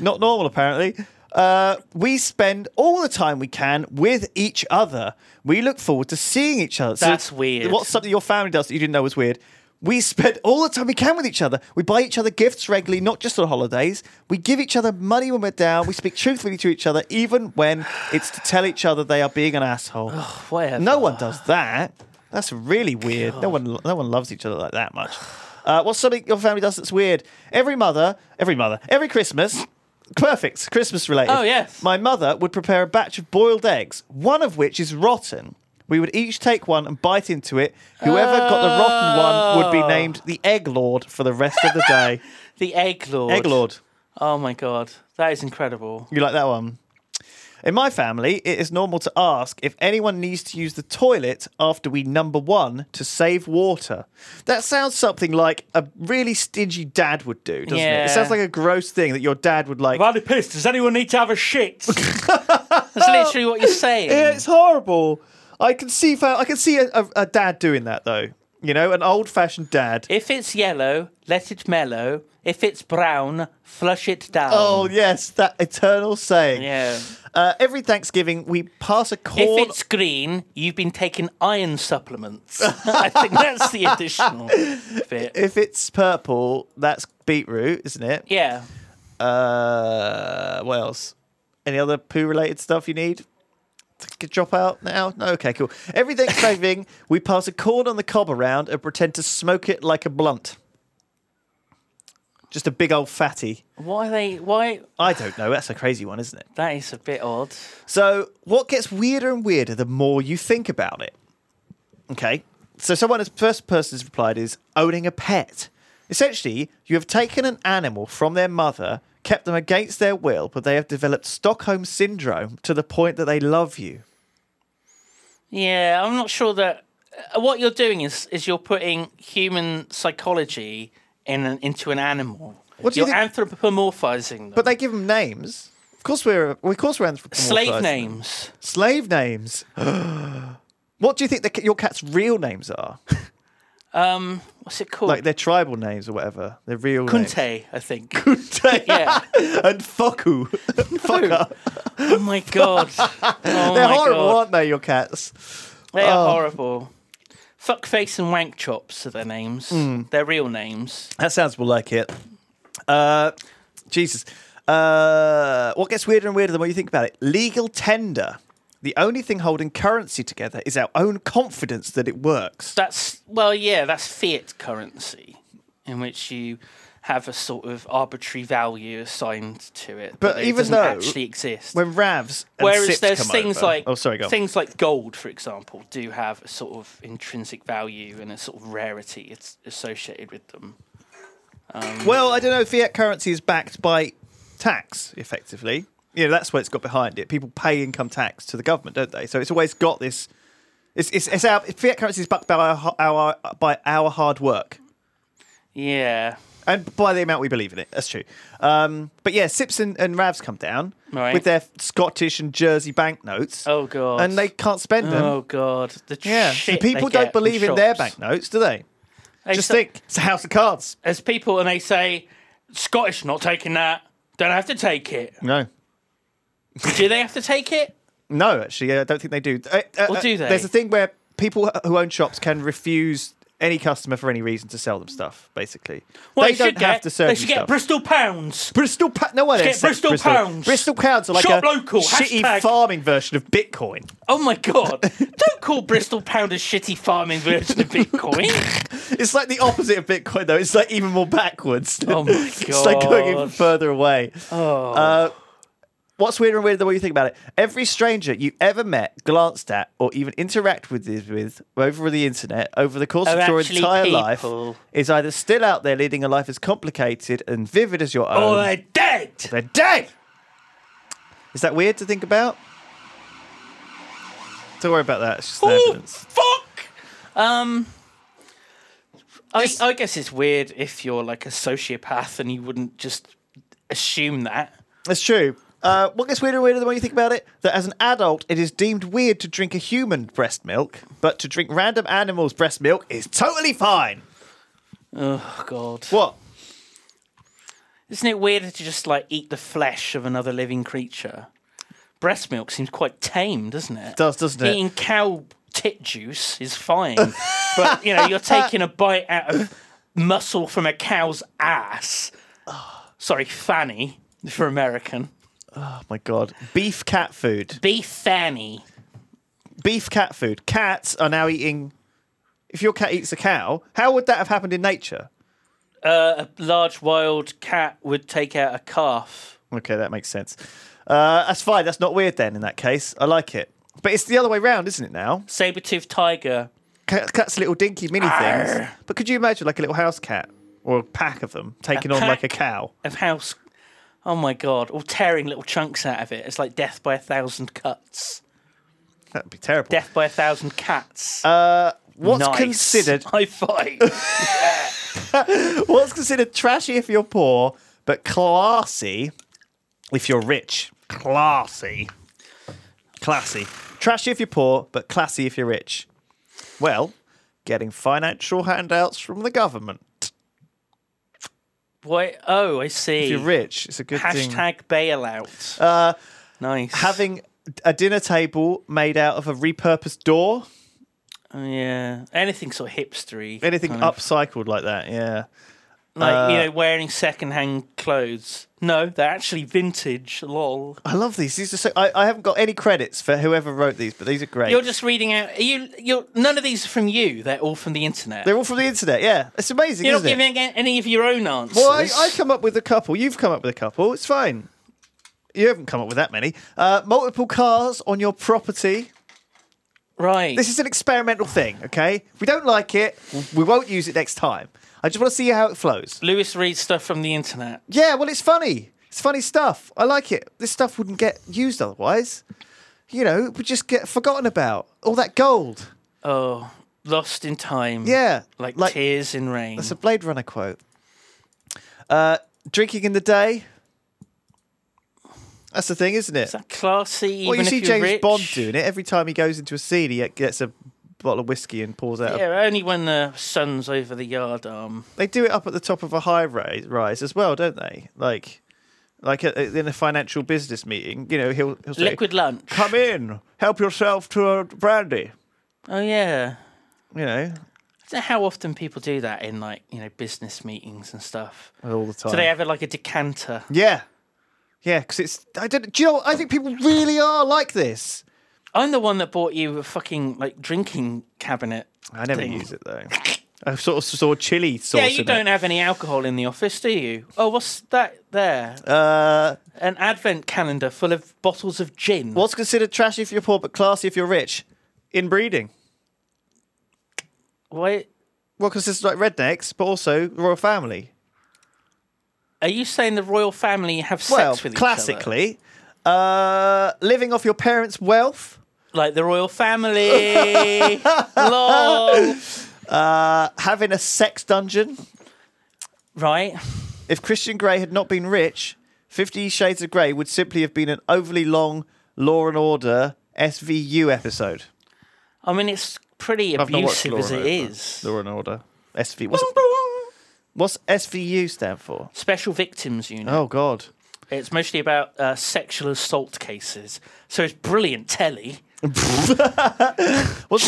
Not normal, apparently. Uh, we spend all the time we can with each other. We look forward to seeing each other. So That's weird. What's something your family does that you didn't know was weird? We spend all the time we can with each other. We buy each other gifts regularly, not just on holidays. We give each other money when we're down. We speak truthfully to each other, even when it's to tell each other they are being an Oh, asshole. Whatever. No one does that. That's really weird. No one, no one loves each other like that much. Uh, what's something your family does that's weird? Every mother, every mother, every Christmas, perfect Christmas related. Oh, yes. My mother would prepare a batch of boiled eggs, one of which is rotten. We would each take one and bite into it. Whoever got the rotten one would be Oh. named the Egg Lord for the rest of the day. The egg lord. Egg Lord. Oh my god, that is incredible. You like that one? In my family, it is normal to ask if anyone needs to use the toilet after we number one to save water. That sounds something like a really stingy dad would do, doesn't it? Yeah. It sounds like a gross thing that your dad would like. Bloody pissed. Does anyone need to have a shit? That's literally what you're saying. Yeah, it's horrible. I can see, fa- I can see a, a, a dad doing that though. You know, an old-fashioned dad. If it's yellow, let it mellow. If it's brown, flush it down. Oh yes, that eternal saying. yeah. Uh, every Thanksgiving, we pass a If corn. it's green, you've been taking iron supplements. I think that's the additional bit. if it's purple, that's beetroot, isn't it? Yeah. Uh, what else? Any other poo related stuff you need? Good drop out now? No, okay, cool. Everything saving, we pass a corn on the cob around and pretend to smoke it like a blunt. Just a big old fatty. Why they? Why I don't know. That's a crazy one, isn't it? that is a bit odd. So, what gets weirder and weirder the more you think about it? Okay. So, someone has first person has replied is owning a pet. Essentially, you have taken an animal from their mother, kept them against their will, but they have developed Stockholm syndrome to the point that they love you. Yeah, I'm not sure that uh, what you're doing is is you're putting human psychology in an, into an animal. What do you you're anthropomorphizing them. But they give them names. Of course, we're of course we're anthropomorphizing. slave them. names. Slave names. what do you think the, ca- your cat's real names are? Um, What's it called? Like their tribal names or whatever. Their real names. Kunte, I think. Kunte. yeah. and Foku. Fucker. Oh my god. Oh They're my horrible, god. aren't they, your cats? They are Oh. horrible. Fuckface and Wank Chops are their names. Hmm. Their real names. That sounds more like it. Uh, Jesus. Uh, what gets weirder and weirder the more you think about it? Legal tender. The only thing holding currency together is our own confidence that it works. That's well, yeah, that's fiat currency, in which you have a sort of arbitrary value assigned to it, But it even doesn't though- actually exist. When Ravs and Whereas Sips there's come things over- like oh sorry, go on. things like gold, for example, do have a sort of intrinsic value and a sort of rarity it's associated with them. Well, I don't know. Fiat currency is backed by tax, effectively. You know, that's what it's got behind it. People pay income tax to the government, don't they? So it's always got this. It's it's, it's our fiat currency is backed by our, ho- our by our hard work Yeah, and by the amount we believe in it. That's true. Um, but yeah, Sips and, and Ravs come down Right. with their Scottish and Jersey banknotes. Oh, God. And they can't spend them. Oh god, the yeah, so shit people they don't get from believe in their shops. banknotes, do they? They Just say- think, it's a house of cards. as people, and they say Scottish not taking that. Don't have to take it. No, Do they have to take it? No, actually, I don't think they do. Uh, uh, Or do uh, they? There's a thing where people who own shops can refuse any customer for any reason to sell them stuff. Basically, Well, they, don't should get, have to serve They you should stuff. get Bristol pounds. Bristol, pa- no one Get accepts Bristol pounds. Bristol pounds are like Shop a local, shitty hashtag. farming version of Bitcoin. Oh my god! Don't call Bristol pound a shitty farming version of Bitcoin. It's like the opposite of Bitcoin, though. It's like even more backwards. Oh my Oh. it's like going even God. further away. Uh, what's weirder and weirder the more you think about it? Every stranger you ever met, glanced at, or even interact with with over the internet over the course Are of your actually entire people. life is either still out there leading a life as complicated and vivid as your own. Oh, they're dead. They're dead. Is that weird to think about? Don't worry about that. It's just an Oh evidence. fuck! Um, I, I guess it's weird if you're like a sociopath and you wouldn't just assume that. That's true. Uh, what gets weirder and weirder the more you think about it? That as an adult, it is deemed weird to drink a human breast milk, but to drink random animals' breast milk is totally fine. Oh god! What? Isn't it weird to just like eat the flesh of another living creature? Breast milk seems quite tame, doesn't it? Does, doesn't it? Eating cow tit juice is fine, but you know you're taking a bite out of muscle from a cow's ass. Sorry, fanny for American. Oh my god. Beef cat food. Beef fanny. Beef cat food. Cats are now eating. If your cat eats a cow, how would that have happened in nature? Uh, a large wild cat would take out a calf. Okay, that makes sense. Uh, that's fine. That's not weird then, in that case. I like it. But it's the other way round, isn't it now? Saber-toothed tiger. Ca- Cats are little dinky mini things. Arr. But could you imagine like a little house cat or a pack of them taking on like a cow? of house. Oh my god! All tearing little chunks out of it. It's like death by a thousand cuts. That'd be terrible. Death by a thousand cats. what's Nice. considered High five. what's considered trashy if you're poor, but classy if you're rich. Classy. Classy. Trashy if you're poor, but classy if you're rich. Well, getting financial handouts from the government. Why? Oh, I see. If you're rich, it's a good thing. Hashtag bailout. Uh, nice. Having a dinner table made out of a repurposed door. Oh, yeah. Anything sort of hipstery. Anything kind of. upcycled like that, yeah. Like you know, wearing secondhand clothes. No, they're actually vintage. Lol. I love these. These are so. I, I haven't got any credits for whoever wrote these, but these are great. You're just reading out. Are you. You're. None of these are from you. They're all from the internet. They're all from the internet. Yeah, it's amazing, you're not isn't it? giving a- any of your own answers. Well, I, I come up with a couple. You've come up with a couple. It's fine. You haven't come up with that many. Uh, multiple cars on your property. right. This is an experimental thing, okay? If we don't like it, we won't use it next time. I just want to see how it flows. Lewis reads stuff from the internet. Yeah, well, it's funny. It's funny stuff. I like it. This stuff wouldn't get used otherwise. You know, it would just get forgotten about. All that gold. Oh, lost in time. Yeah. Like, Like- tears in rain. That's a Blade Runner quote. Uh, drinking in the day. That's the thing, isn't it? Is that classy? well, you even see if you're James rich? Bond doing it. Every time he goes into a scene, he gets a bottle of whiskey and pours out. a- Yeah, only when the sun's over the yard arm. They do it up at the top of a high ri- rise as well, don't they? Like, like a, in a financial business meeting, you know, he'll, he'll say, Liquid lunch. come in, help yourself to a brandy. Oh yeah. You know, I don't know how often people do that in like you know business meetings and stuff. all the time. So they have like a decanter. yeah, yeah. Because it's I don't. Do you know? What? I think people really are like this. I'm the one that bought you a fucking like drinking cabinet. I never thing. use it though. I sort of saw chili sauce. Yeah, you in don't It. have any alcohol in the office, do you? Oh, what's that there? Uh, An advent calendar full of bottles of gin. what's considered trashy if you're poor but classy if you're rich? Inbreeding. Why Well, because it's like rednecks, but also royal family. are you saying the royal family have sex Well, with each other? classically, uh, living off your parents' wealth, Like the royal family. Lol. uh, having a sex dungeon. Right. If Christian Grey had not been rich, Fifty Shades of Grey would simply have been an overly long Law and Order SVU episode. I mean it's pretty I've not watched abusive as Law it and Order. is. Law and Order SV. What's, what's SVU stand for? Special victims unit. Oh God, It's mostly about uh, sexual assault cases. So it's brilliant telly. what's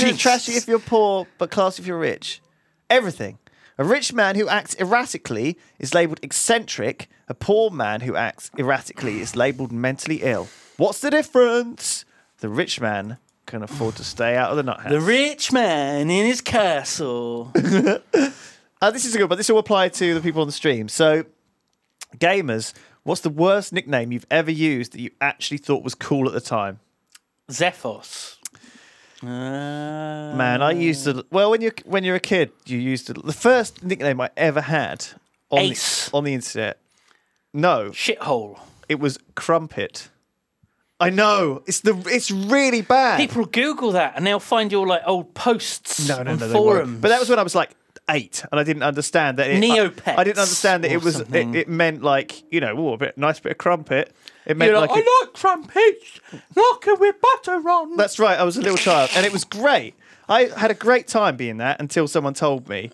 Jeez. trashy if you're poor but classy if you're rich? Everything. A rich man who acts erratically is labelled eccentric. A poor man who acts erratically is labelled mentally ill. What's the difference? The rich man can afford to stay out of the nut house. The rich man in his castle. Uh, this is a good, but this will apply to the people on the stream. So, gamers, what's the worst nickname you've ever used that you actually thought was cool at the time? Zephos. Uh, Man, I used to. Well, when you're when you're a kid, you used to. The first nickname I ever had on Ace. the on the internet. No, Shithole. it was crumpet. I know it's the it's really bad. People Google that and they'll find your like old posts no, no, on no, they weren't. forums. But that was when I was like eight, and I didn't understand that. It, Neopets I, I didn't understand that or it was. It, something. it meant like you know, ooh, a bit nice bit of crumpet. It meant You're like, "Oh, like a- I like crumpets. Like it with butter on. That's right. I was a little child, and it was great. I had a great time being that until someone told me.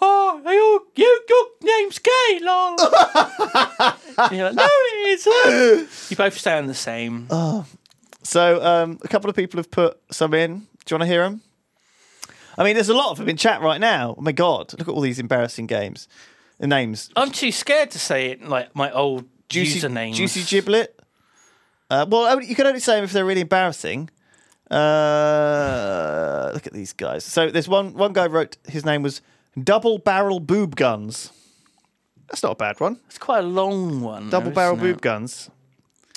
oh, they all, you, your name's gay, lol. And you're like, no, it isn't. you both sound the same. So um, a couple of people have put some in. Do you want to hear them? I mean, there's a lot of them in chat right now. Oh my god, look at all these embarrassing games, uh, names. I'm too scared to say it like my old Juicy, username. Juicy Giblet. Uh, well, only- you can only say them if they're really embarrassing. Uh, look at these guys. So there's one one guy wrote his name was Double Barrel Boob Guns. That's not a bad one. It's quite a long one. Double Barrel boob. Boob Guns.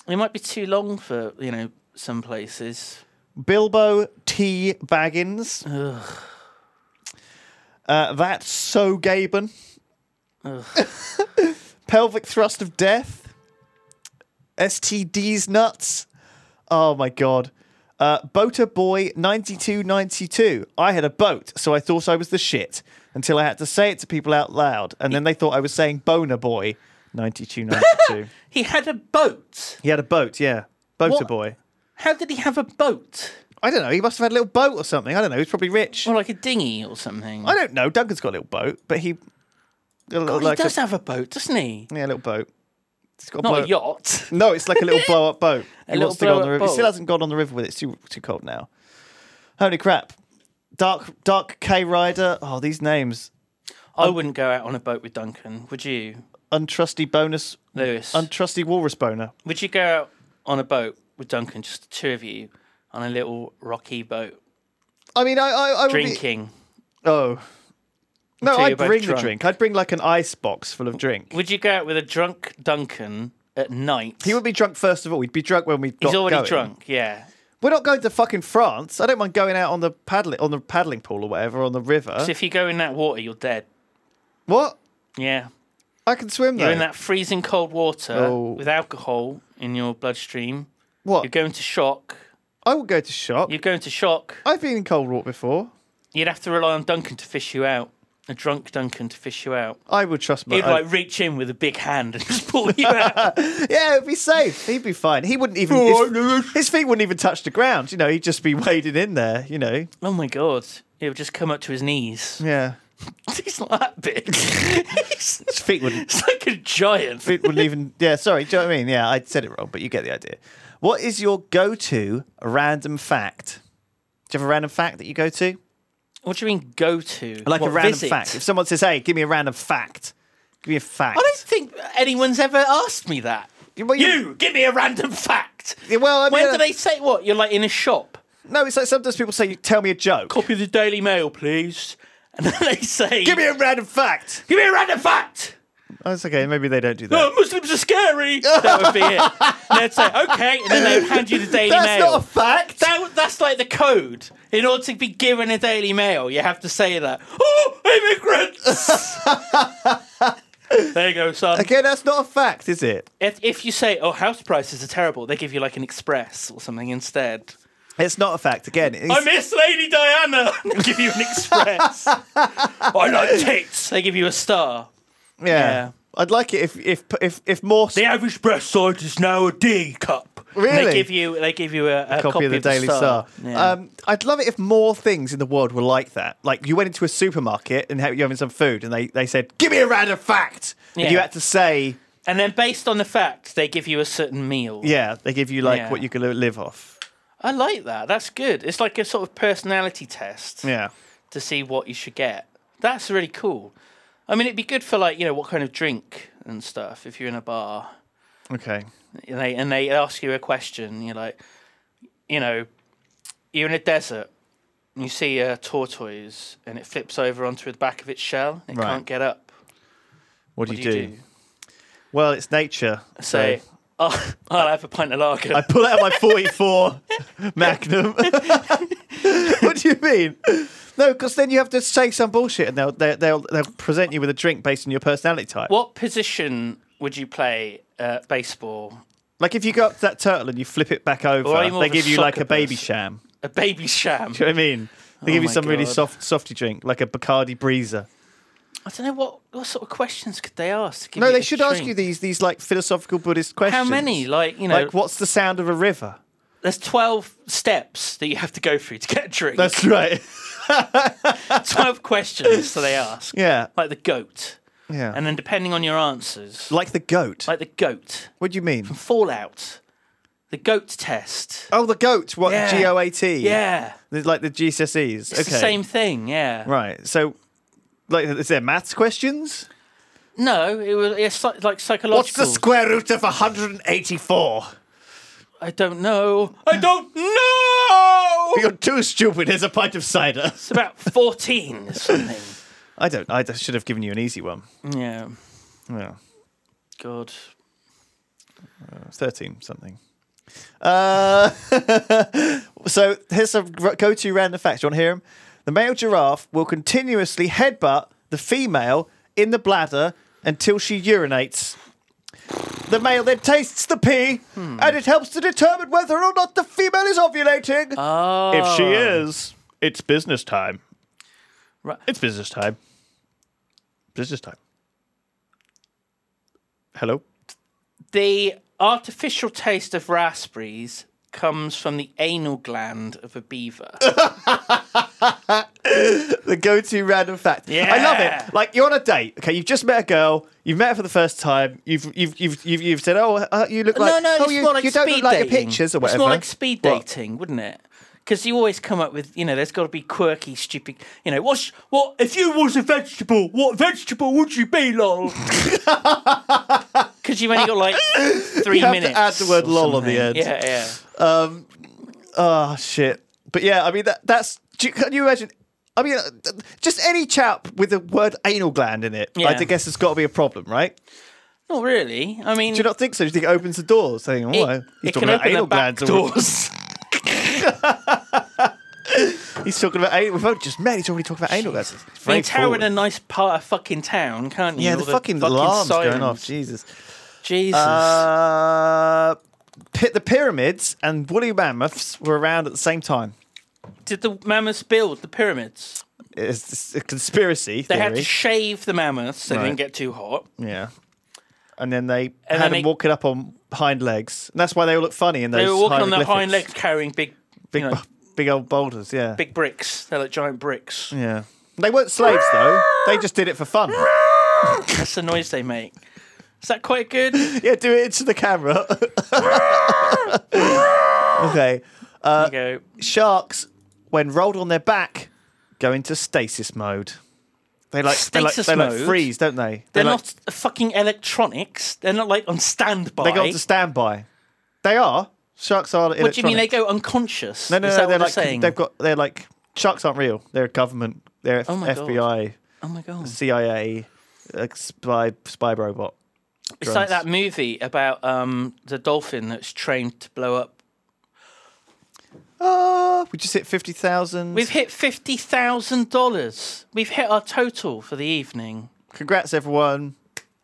It might be too long for you know some places. Bilbo T. Baggins. Uh, that's so Gaben. Pelvic thrust of death. STD's nuts. Oh my god. Uh, Boater boy 9292. I had a boat, so I thought I was the shit until I had to say it to people out loud, and then they thought I was saying boner boy 9292. He had a boat. he had a boat, yeah. Boater What? boy. How did he have a boat? I don't know. He must have had a little boat or something. I don't know. He's probably rich. Or like a dinghy or something. I don't know. Duncan's got a little boat, but he, a little, God, like he does a, have a boat, doesn't he? yeah, a little boat. It's got a Not blow- a yacht. No, it's like a little blow up boat. A he little wants to go on the blow-up river. He still boat. hasn't gone on the river with it. It's too too cold now. Holy crap! Dark Dark K Rider. Oh, these names. I wouldn't go out on a boat with Duncan, would you? untrusty bonus, Lewis. untrusty walrus boner. Would you go out on a boat with Duncan, just the two of you, on a little rocky boat, I mean, I, I, I would be- drinking? oh. No, Until you're I'd both bring the drunk. drink. I'd bring like an ice box full of drink. Would you go out with a drunk Duncan at night? He would be drunk first of all. He'd be drunk when we got He's already going. drunk, yeah. We're not going to fucking France. I don't mind going out on the paddling on the paddling pool or whatever on the river. So if you go in that water, you're dead. what? Yeah. I can swim You're though. in that freezing cold water Oh. with alcohol in your bloodstream. what? You're going to shock. I would go to shop. You're going to shock. I've been in cold water before. You'd have to rely on Duncan to fish you out. A drunk Duncan to fish you out. I would trust my. He'd like reach in with a big hand and just pull you out. yeah, it'd be safe. He'd be fine. He wouldn't even. Oh, His, his feet wouldn't even touch the ground. You know, he'd just be wading in there. You know. oh my god. It would just come up to his knees. Yeah. He's not that big. He's His feet wouldn't. it's like a giant. feet wouldn't even. Yeah. Sorry. Do you know what I mean? Yeah, I said it wrong, but you get the idea. What is your go-to random fact? Do you have a random fact that you go to? What do you mean go to? Like What, a random visit? fact. If someone says, "Hey, give me a random fact," give me a fact. I don't think anyone's ever asked me that. well, you- you give me a random fact. Yeah, well, I mean, When uh, do they say what? You're like in a shop. No, it's like sometimes people say, "Tell me a joke." Copy the Daily Mail, please. And then they say, Give me a random fact. give me a random fact. Oh, it's okay. Maybe they don't do that. Oh, Muslims are scary. that would be it. And they'd say, okay, and then they would hand you the Daily That's Mail. not a fact. That, that's like the code. In order to be given a Daily Mail, you have to say that. Oh, immigrants! there you go, son. okay, that's not a fact, is it? If, if you say, oh, house prices are terrible, they give you like an express or something instead. It's not a fact. Again, it's- I miss Lady Diana! they give you an express. I like tits! They give you a star. yeah. yeah. I'd like it if if if if more. The average breast size is now a D cup. And Really? They give you, they give you a, a Copy, of the Daily Star. Yeah. Um, I'd love it if more things in the world were like that. Like you went into a supermarket and ha- you're having some food, and they, they said, "Give me a random fact," Yeah. and you had to say, and then based on the fact, they give you a certain meal. "Yeah." They give you like Yeah. what you can li- live off. I like that. That's good. It's like a sort of personality test Yeah. to see what you should get. That's really cool. I mean, it'd be good for like you know what kind of drink and stuff if you're in a bar Okay. and they and they ask you a question. You're like, you know, you're in a desert. And you see a tortoise and it flips over onto the back of its shell. It Right. can't get up. What, What do you do? Well, it's nature. Say, oh, I'll have a pint of lager. I pull out my 44 Magnum. what do you mean? No, because then you have to say some bullshit, and they'll, they'll they'll they'll present you with a drink based on your personality type. what position would you play at baseball? Like if you go up to that turtle and you flip it back over, Or are you more they of a give you like a soccer baby person? sham. A baby sham. Do you know what I mean? They give you Oh my some really God. soft softy drink, like a Bacardi Breezer. I don't know what, what sort of questions could they ask. to give No, you they a should ask drink? you these these like philosophical Buddhist questions. How many? Like you know, Like, what's the sound of a river? there's twelve steps that you have to go through to get a drink. That's right. twelve questions that they ask. Yeah, Like the goat, yeah. and then depending on your answers, like the goat. like the goat, what do you mean? Fallout, the goat test. Oh, the goat. What Yeah. G O A T? Yeah, There's like the GCSEs. it's okay. the same thing. Yeah. Right. So, like, is there maths questions? No, it was it's like, like psychological. square root of 184? I don't know. I don't know. You're too stupid. Here's a pint of cider. It's about fourteen or something. I don't. I should have given you an easy one. Yeah. Yeah, God. thirteen something. Uh, so here's some r- go-to random facts. You want to hear them? The male giraffe will continuously headbutt the female in the bladder until she urinates. The male then tastes the pee, and it helps to determine whether or not the female is ovulating. Oh. If she is, it's business time. Right. It's business time. Business time. Hello? The artificial taste of raspberries comes from the anal gland of a beaver. The go to random fact. I love Yeah. it. Like you're on a date, okay? You've just met a girl, you've met her for the first time, you've you've you've you've, you've said, Oh, uh, you look like no, no, oh, it's you, more like you speed don't look like dating. your pictures or whatever. It's more like speed What? dating, wouldn't it? because you always come up with you know there's got to be quirky, stupid. You know what's what if you was a vegetable? What vegetable would you be, lol? Because you've only got like three You have to minutes. add the word or lol on something. the end. Yeah, yeah. Oh shit! But yeah, I mean that, that's. Do you, can you imagine? I mean, uh, th- just any chap with the word anal gland in it. Yeah. I guess it's got to be a problem, right? Not really. I mean, Do you not think so? Do you think it opens the door? Saying, "Oh, It- he's it talking can about open the anal back glands." already." he's talking about anal. We've only just met. He's already talking about anal glands. It's I very mean, it's how in forward. a nice part of fucking town, can't you? yeah, All the, fucking, alarms going off. sirens. Jesus. Jesus. Uh, pi- the pyramids and woolly mammoths were around at the same time. Did the mammoths build the pyramids? It's, it's a conspiracy They theory. had to shave the mammoths so they Right. didn't get too hot. Yeah. And then they And had then them they- walking up on hind legs. And that's why they all look funny in those They were walking on their hieroglyphics. hind legs carrying big, Big, you know, big old boulders, yeah. big bricks. They're like giant bricks. Yeah. They weren't slaves, though. They just did it for fun. That's the noise they make. Is that quite good? yeah, do it into the camera. okay. you go. Sharks, when rolled on their back, go into stasis mode. They like, they like, Stasis they like mode? freeze, don't they? They're like, not fucking electronics. They're not like on standby. They go on to standby. They are. Sharks are. what do you mean they go unconscious? No, no, Is no. that They're what like they're saying? they've got. They're like sharks aren't real. They're a government. They're F- Oh my God. FBI, oh my god. CIA, like spy spy robot. It's like that movie about um, the dolphin that's trained to blow up. Oh, we just hit fifty thousand. We've hit fifty thousand dollars. We've hit our total for the evening. Congrats, everyone.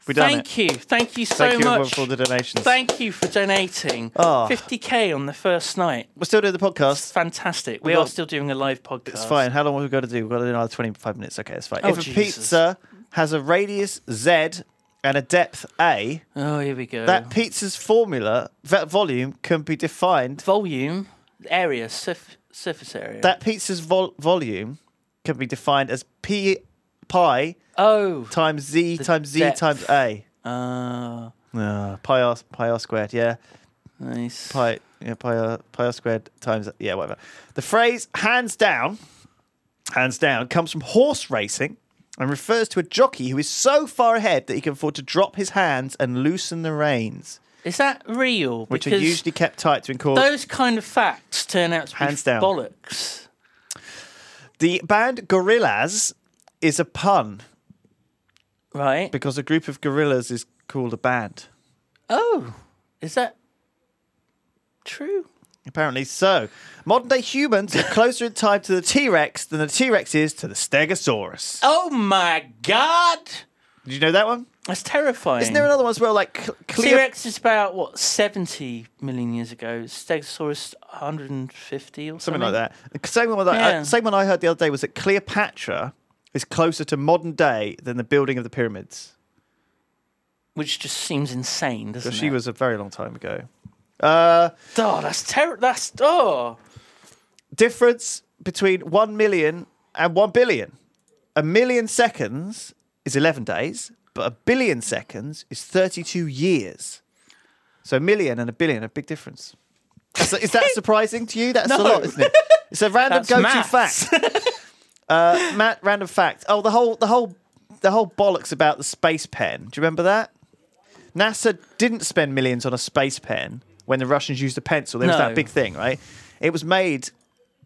We done Thank it. you, thank you so Thank you everyone much. for the donations. Thank you for donating. Oh. 50k on the first night. We're still doing the podcast. Fantastic. We We've are got- still doing a live podcast. It's fine. How long have we got to do? We've got to do another twenty-five minutes. Okay, it's fine. Oh, if a Jesus. pizza has a radius Z and a depth A, Oh, here we go. that pizza's formula, that volume, can be defined volume, area, surf- surface area. that pizza's vol- volume can be defined as p pi oh, times z times z depth. times a. uh, Uh, pi r pi r squared. Yeah, nice. pi yeah pi r pi r squared times yeah whatever. The phrase "hands down," hands down comes from horse racing. And refers to a jockey who is so far ahead that he can afford to drop his hands and loosen the reins, Is that real? which Because are usually kept tight to encourage. those kind of facts turn out to be Hands down. bollocks. The band Gorillaz is a pun Right? because a group of gorillas is called a band. oh, is that true? Apparently so. Modern day humans are closer in time to the T Rex than the T Rex is to the Stegosaurus. Oh my god, Did you know that one? that's terrifying. Isn't there another one as well? Like Cle- T Cleo- Rex is about what seventy million years ago. Stegosaurus, one hundred and fifty or something something, like that. The Same one, that Yeah. I, same one I heard the other day was that Cleopatra is closer to modern day than the building of the pyramids. Which just seems insane, doesn't She it? was a very long time ago. Uh, Oh, that's terrible. That's oh, Difference between 1 million and 1 billion. A million seconds is 11 days, but a billion seconds is 32 years. So a million and a billion, a big difference. That's- is that surprising to you? That's a lot, isn't it? It's a random That's go-to maths. fact. Uh, Matt, random fact. Oh, the whole, the whole, the whole bollocks about the space pen. Do you remember that? NASA didn't spend millions on a space pen when the Russians used a pencil. There was No. that big thing, right? It was made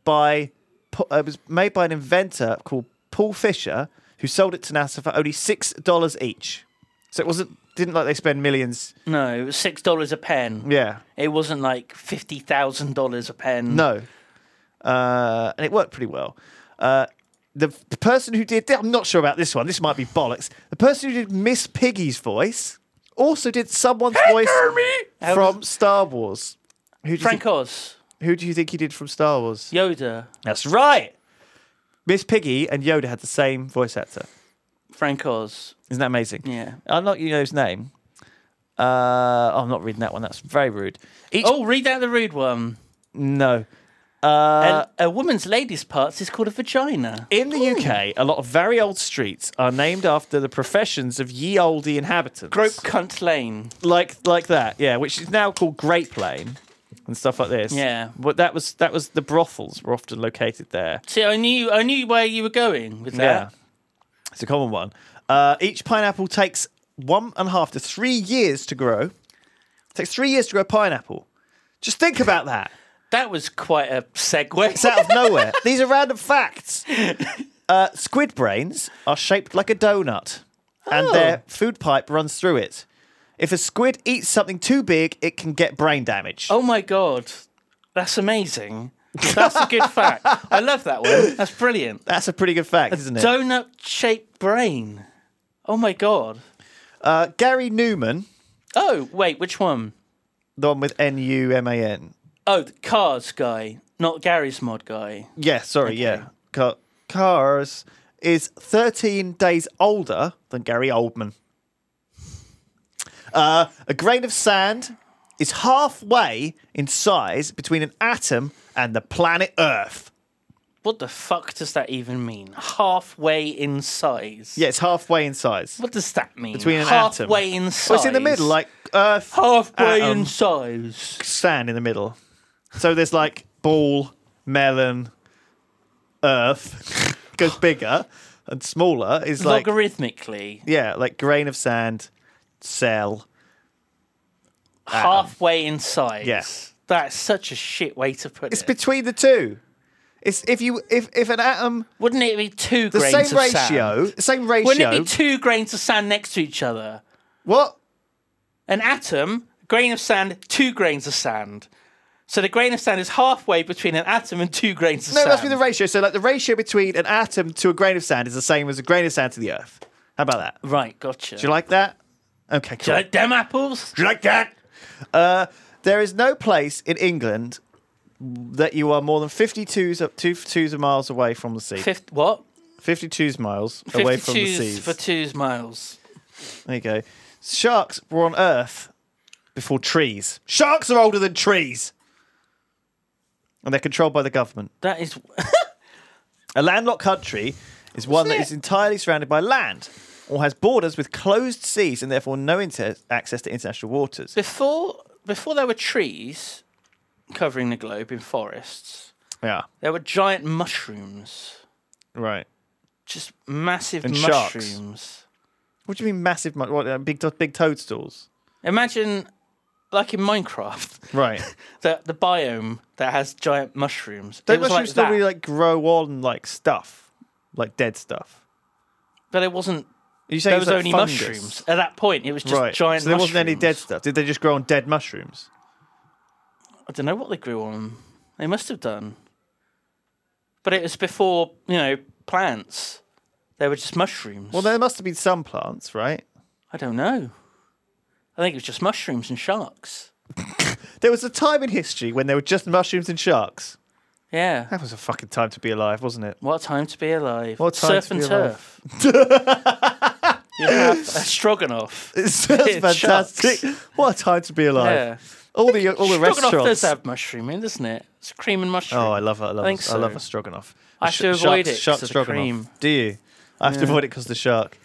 by Pu- it was made by an inventor called Paul Fisher, who sold it to NASA for only six dollars each. So it wasn't didn't like they spend millions. no, it was six dollars a pen. Yeah, It wasn't like fifty thousand dollars a pen. no, uh, and it worked pretty well. Uh, the, the person who did I'm not sure about this one. This might be bollocks. The person who did Miss Piggy's voice also did someone's voice from Star Wars. Who do you Frank Oz, Who do you think he did from Star Wars? Yoda, That's right. Miss Piggy and Yoda had the same voice actor. Frank Oz. Isn't that amazing? Yeah. I'm not you know his name. Uh, oh, I'm not reading that one. That's very rude. Each, Oh, read out the rude one. no. Uh, a, a woman's ladies' parts is called a vagina. In the UK, a lot of very old streets are named after the professions of ye olde inhabitants. Grope cunt lane. like like that, yeah, which is now called Grape Lane. and stuff like this. Yeah. But that was that was the brothels were often located there. See, I knew I knew where you were going with that. It's a common one. Uh, each pineapple takes one and a half to three years to grow. takes three years to grow a pineapple. Just think about that. That was quite a It's segue. out of nowhere. These are random facts. Uh, squid brains are shaped like a donut, and their food pipe runs through it. If a squid eats something too big, it can get brain damage. Oh my god, that's amazing. That's a good fact. I love that one. That's brilliant. That's a pretty good fact, isn't it? Donut shaped brain. Oh my god. Uh, Gary Newman, Oh wait, which one? the one with N U M A N. Oh, the Cars guy, not Gary's mod guy. Yeah, sorry, yeah. Ca- Cars is 13 days older than Gary Oldman. Uh, a grain of sand is halfway in size between an atom and the planet Earth. What the fuck does that even mean? Halfway in size. Yeah, it's halfway in size. What does that mean? Between an atom. halfway in size. Well, it's in the middle, like Earth, halfway atom, in size. sand in the middle. So there's like ball, melon, Earth goes bigger and smaller is like Logarithmically, yeah, like grain of sand, cell. halfway in size. Yes. That's such a shit way to put It's it. between the two. It's if you if if an atom Wouldn't it be two the grains same of sand? ratio, same ratio. Wouldn't it be two grains of sand next to each other? what? An atom, grain of sand, two grains of sand. So the grain of sand is halfway between an atom and two grains of No, it sand. must be the ratio. So like the ratio between an atom to a grain of sand is the same as a grain of sand to the earth. How about that? Do Right, gotcha. you like that? Okay, cool. Do you like them apples? Do you like that? Uh, there is no place in England that you are more than 52 of, two, twos of miles away from the sea. Fifth, what? 52 miles away from the 52's seas. for two's miles. There you go. Sharks were on Earth before trees. Sharks are older than trees. And they're controlled by the government. That is A landlocked country is one that is entirely surrounded by land or has borders with closed seas and therefore no inter- access to international waters. before before there were trees covering the globe in forests. Yeah, There were giant mushrooms, right. just massive And sharks. mushrooms. What do you mean massive? Mu- what, uh, big, to- big toadstools? Imagine, like in Minecraft, Right. the the biome that has giant mushrooms. Don't it was mushrooms like that, normally like grow on like stuff, like dead stuff? but it wasn't. Are you saying There it's was like only fungus? mushrooms at that point. It was just right. giant. so there mushrooms. wasn't any dead stuff. Did they just grow on dead mushrooms? I don't know what they grew on. They must have done. But it was before you know plants. They were just mushrooms. Well, there must have been some plants, right? I don't know. I think it was just mushrooms and sharks. There was a time in history when there were just mushrooms and sharks. Yeah. That was a fucking time to be alive, wasn't it? What a time to be alive. What a time Surf to and be turf. alive. you have a stroganoff. It's that's Sharks. fantastic. What a time to be alive. Yeah. All the all the Stroganoff does restaurants. have mushroom in, doesn't it? It's cream and mushroom. Oh, I love it. I love, I think it. I love so. a stroganoff. I have to avoid it 'cause of the cream. Do you? I have to avoid it because the shark.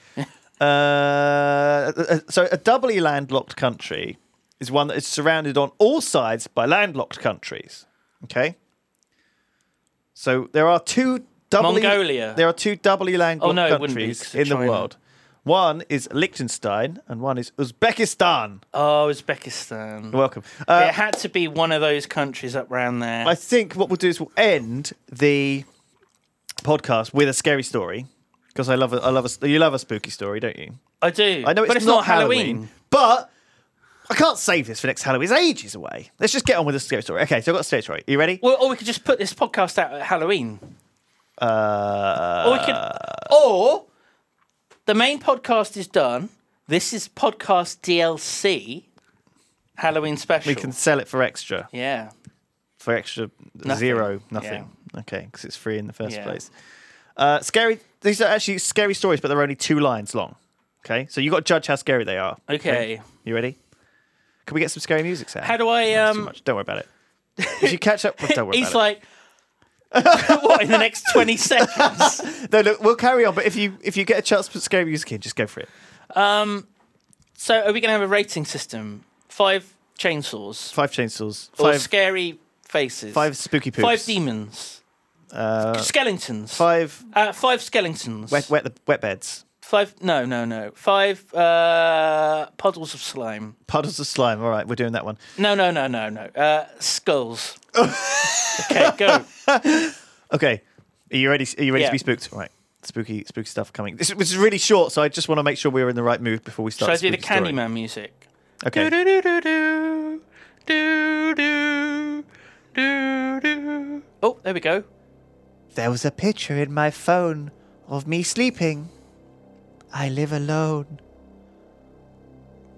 uh, so a doubly landlocked country is one that is surrounded on all sides by landlocked countries. Okay. So there are two doubly Mongolia. Oh, There are two doubly landlocked no, it wouldn't be, countries 'cause of in the China. world. One is Liechtenstein and one is Uzbekistan. Oh, Uzbekistan. Welcome. Uh, it had to be one of those countries up round there. I think what we'll do is we'll end the podcast with a scary story because I love a, I love a, you love a spooky story, don't you? I do. I know it's, but it's not, Halloween. but I can't save this for next Halloween. It's ages away. Let's just get on with the scary story. Okay, so I've got a scary story. you ready? Well, or we could just put this podcast out at Halloween. Uh, Or we could, or the main podcast is done. This is podcast DLC, Halloween special. we can sell it for extra, yeah, for extra Nothing. zero, nothing. Okay, because it's free in the first Yeah. place. Uh, scary. These are actually scary stories, but they're only two lines long. Okay, so you got to judge how scary they are. okay. You ready? Can we get some scary music, Sam? How do I? too Um, much. Don't worry about it. If you catch up, don't worry he's about like, what in the next twenty seconds? it. No, look, we'll carry on. But if you if you get a chance to put scary music in, just go for it. So, are we going to have a rating system? Five chainsaws Five chainsaws. or Five, scary faces. five spooky poops. Five demons. skeletons. Uh, Five Uh, five skeletons. wet, wet, the wet beds. Five. No, no, no. Five uh, puddles of slime. Puddles of slime. All right, we're doing that one. No, no, no, no, no. Uh, skulls. okay, go. Okay. Are you ready? Are you ready Yeah. to be spooked? All right. Spooky, spooky stuff coming. This was really short, so I just want to make sure we're in the right mood before we Should start. I do the spooky story. Candyman music? Okay. Do do do do do do do do. Oh, there we go. There was a picture in my phone of me sleeping. I live alone.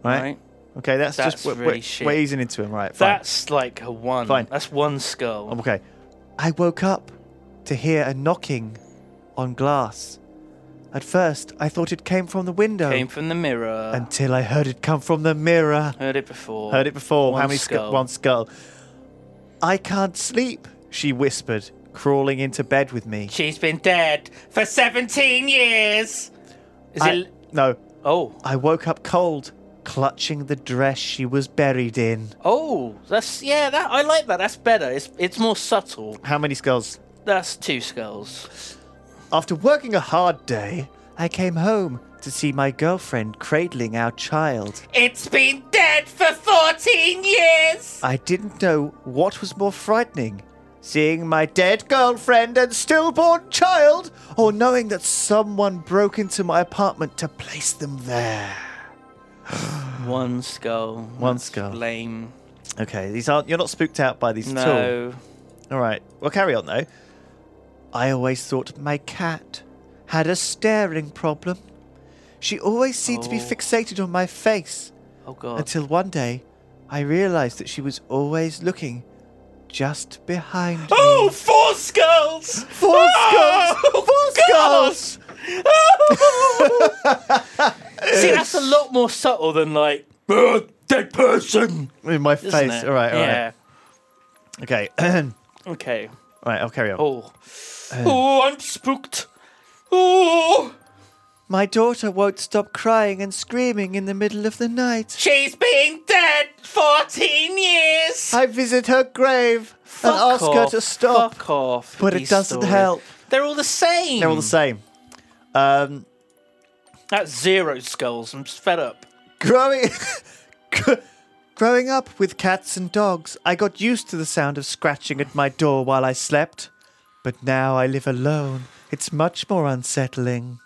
Right. Right. Okay, that's, That's just we're, really we're- shit. we're easing into him, right? Fine. That's like a one. Fine. That's one skull. okay. I woke up to hear a knocking on glass. At first, I thought it came from the window Came from the mirror. until I heard it come from the mirror. Heard it before. Heard it before. One How many skull? skull. one skull? I can't sleep, she whispered, crawling into bed with me. She's been dead for 17 years. Is I- it? No, Oh, I woke up cold, clutching the dress she was buried in. oh, that's yeah. That I like that. That's better. It's it's more subtle. How many skulls? That's two skulls. After working a hard day, I came home to see my girlfriend cradling our child. It's been dead for 14 years. I didn't know what was more frightening seeing my dead girlfriend and stillborn child, or knowing that someone broke into my apartment to place them there. One skull. One That's skull. Lame. Okay, these aren't. You're not spooked out by these at all. No. All right, we'll carry on though. I always thought my cat had a staring problem. She always seemed to be Oh. fixated on my face Oh god. until one day I realized that she was always looking just behind Oh, me. four skulls. Four skulls! Four skulls! See, that's a lot more subtle than like "Ah, dead person. In my Isn't face. it? All right, all right. yeah. Okay. all Okay. right, I'll carry on. Oh. oh, I'm spooked. Oh. My daughter won't stop crying and screaming in the middle of the night. She's been dead 14 years. I visit her grave and ask her to stop. Fuck off. But it these doesn't stories. help. They're all the same. They're all the Hmm. same. Um, That's zero skulls. I'm just fed up. growing, growing up with cats and dogs, I got used to the sound of scratching at my door while I slept. But now I live alone. It's much more unsettling.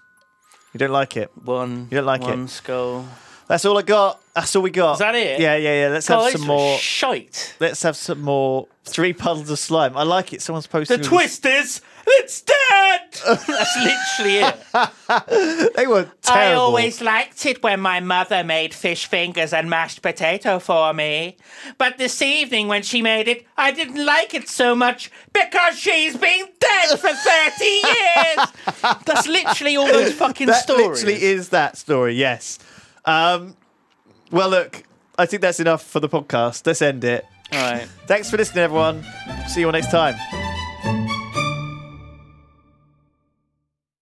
You don't like it. One. You don't like it. One skull. That's all I got. That's all we got. Is that it? Yeah, yeah, yeah. Let's have God, these some are more. Shite. let's have some more. Three puddles of slime. I like it. Someone's The posting. all this- twist is it's dead. That's literally it. They were terrible. I always liked it when my mother made fish fingers and mashed potato for me. But this evening when she made it, I didn't like it so much because she's been dead for 30 years. That's literally all those fucking that stories. literally is that story. Yes. Um, well, look, I think that's enough for the podcast. Let's end it. All right. Thanks for listening, everyone. See you all next time.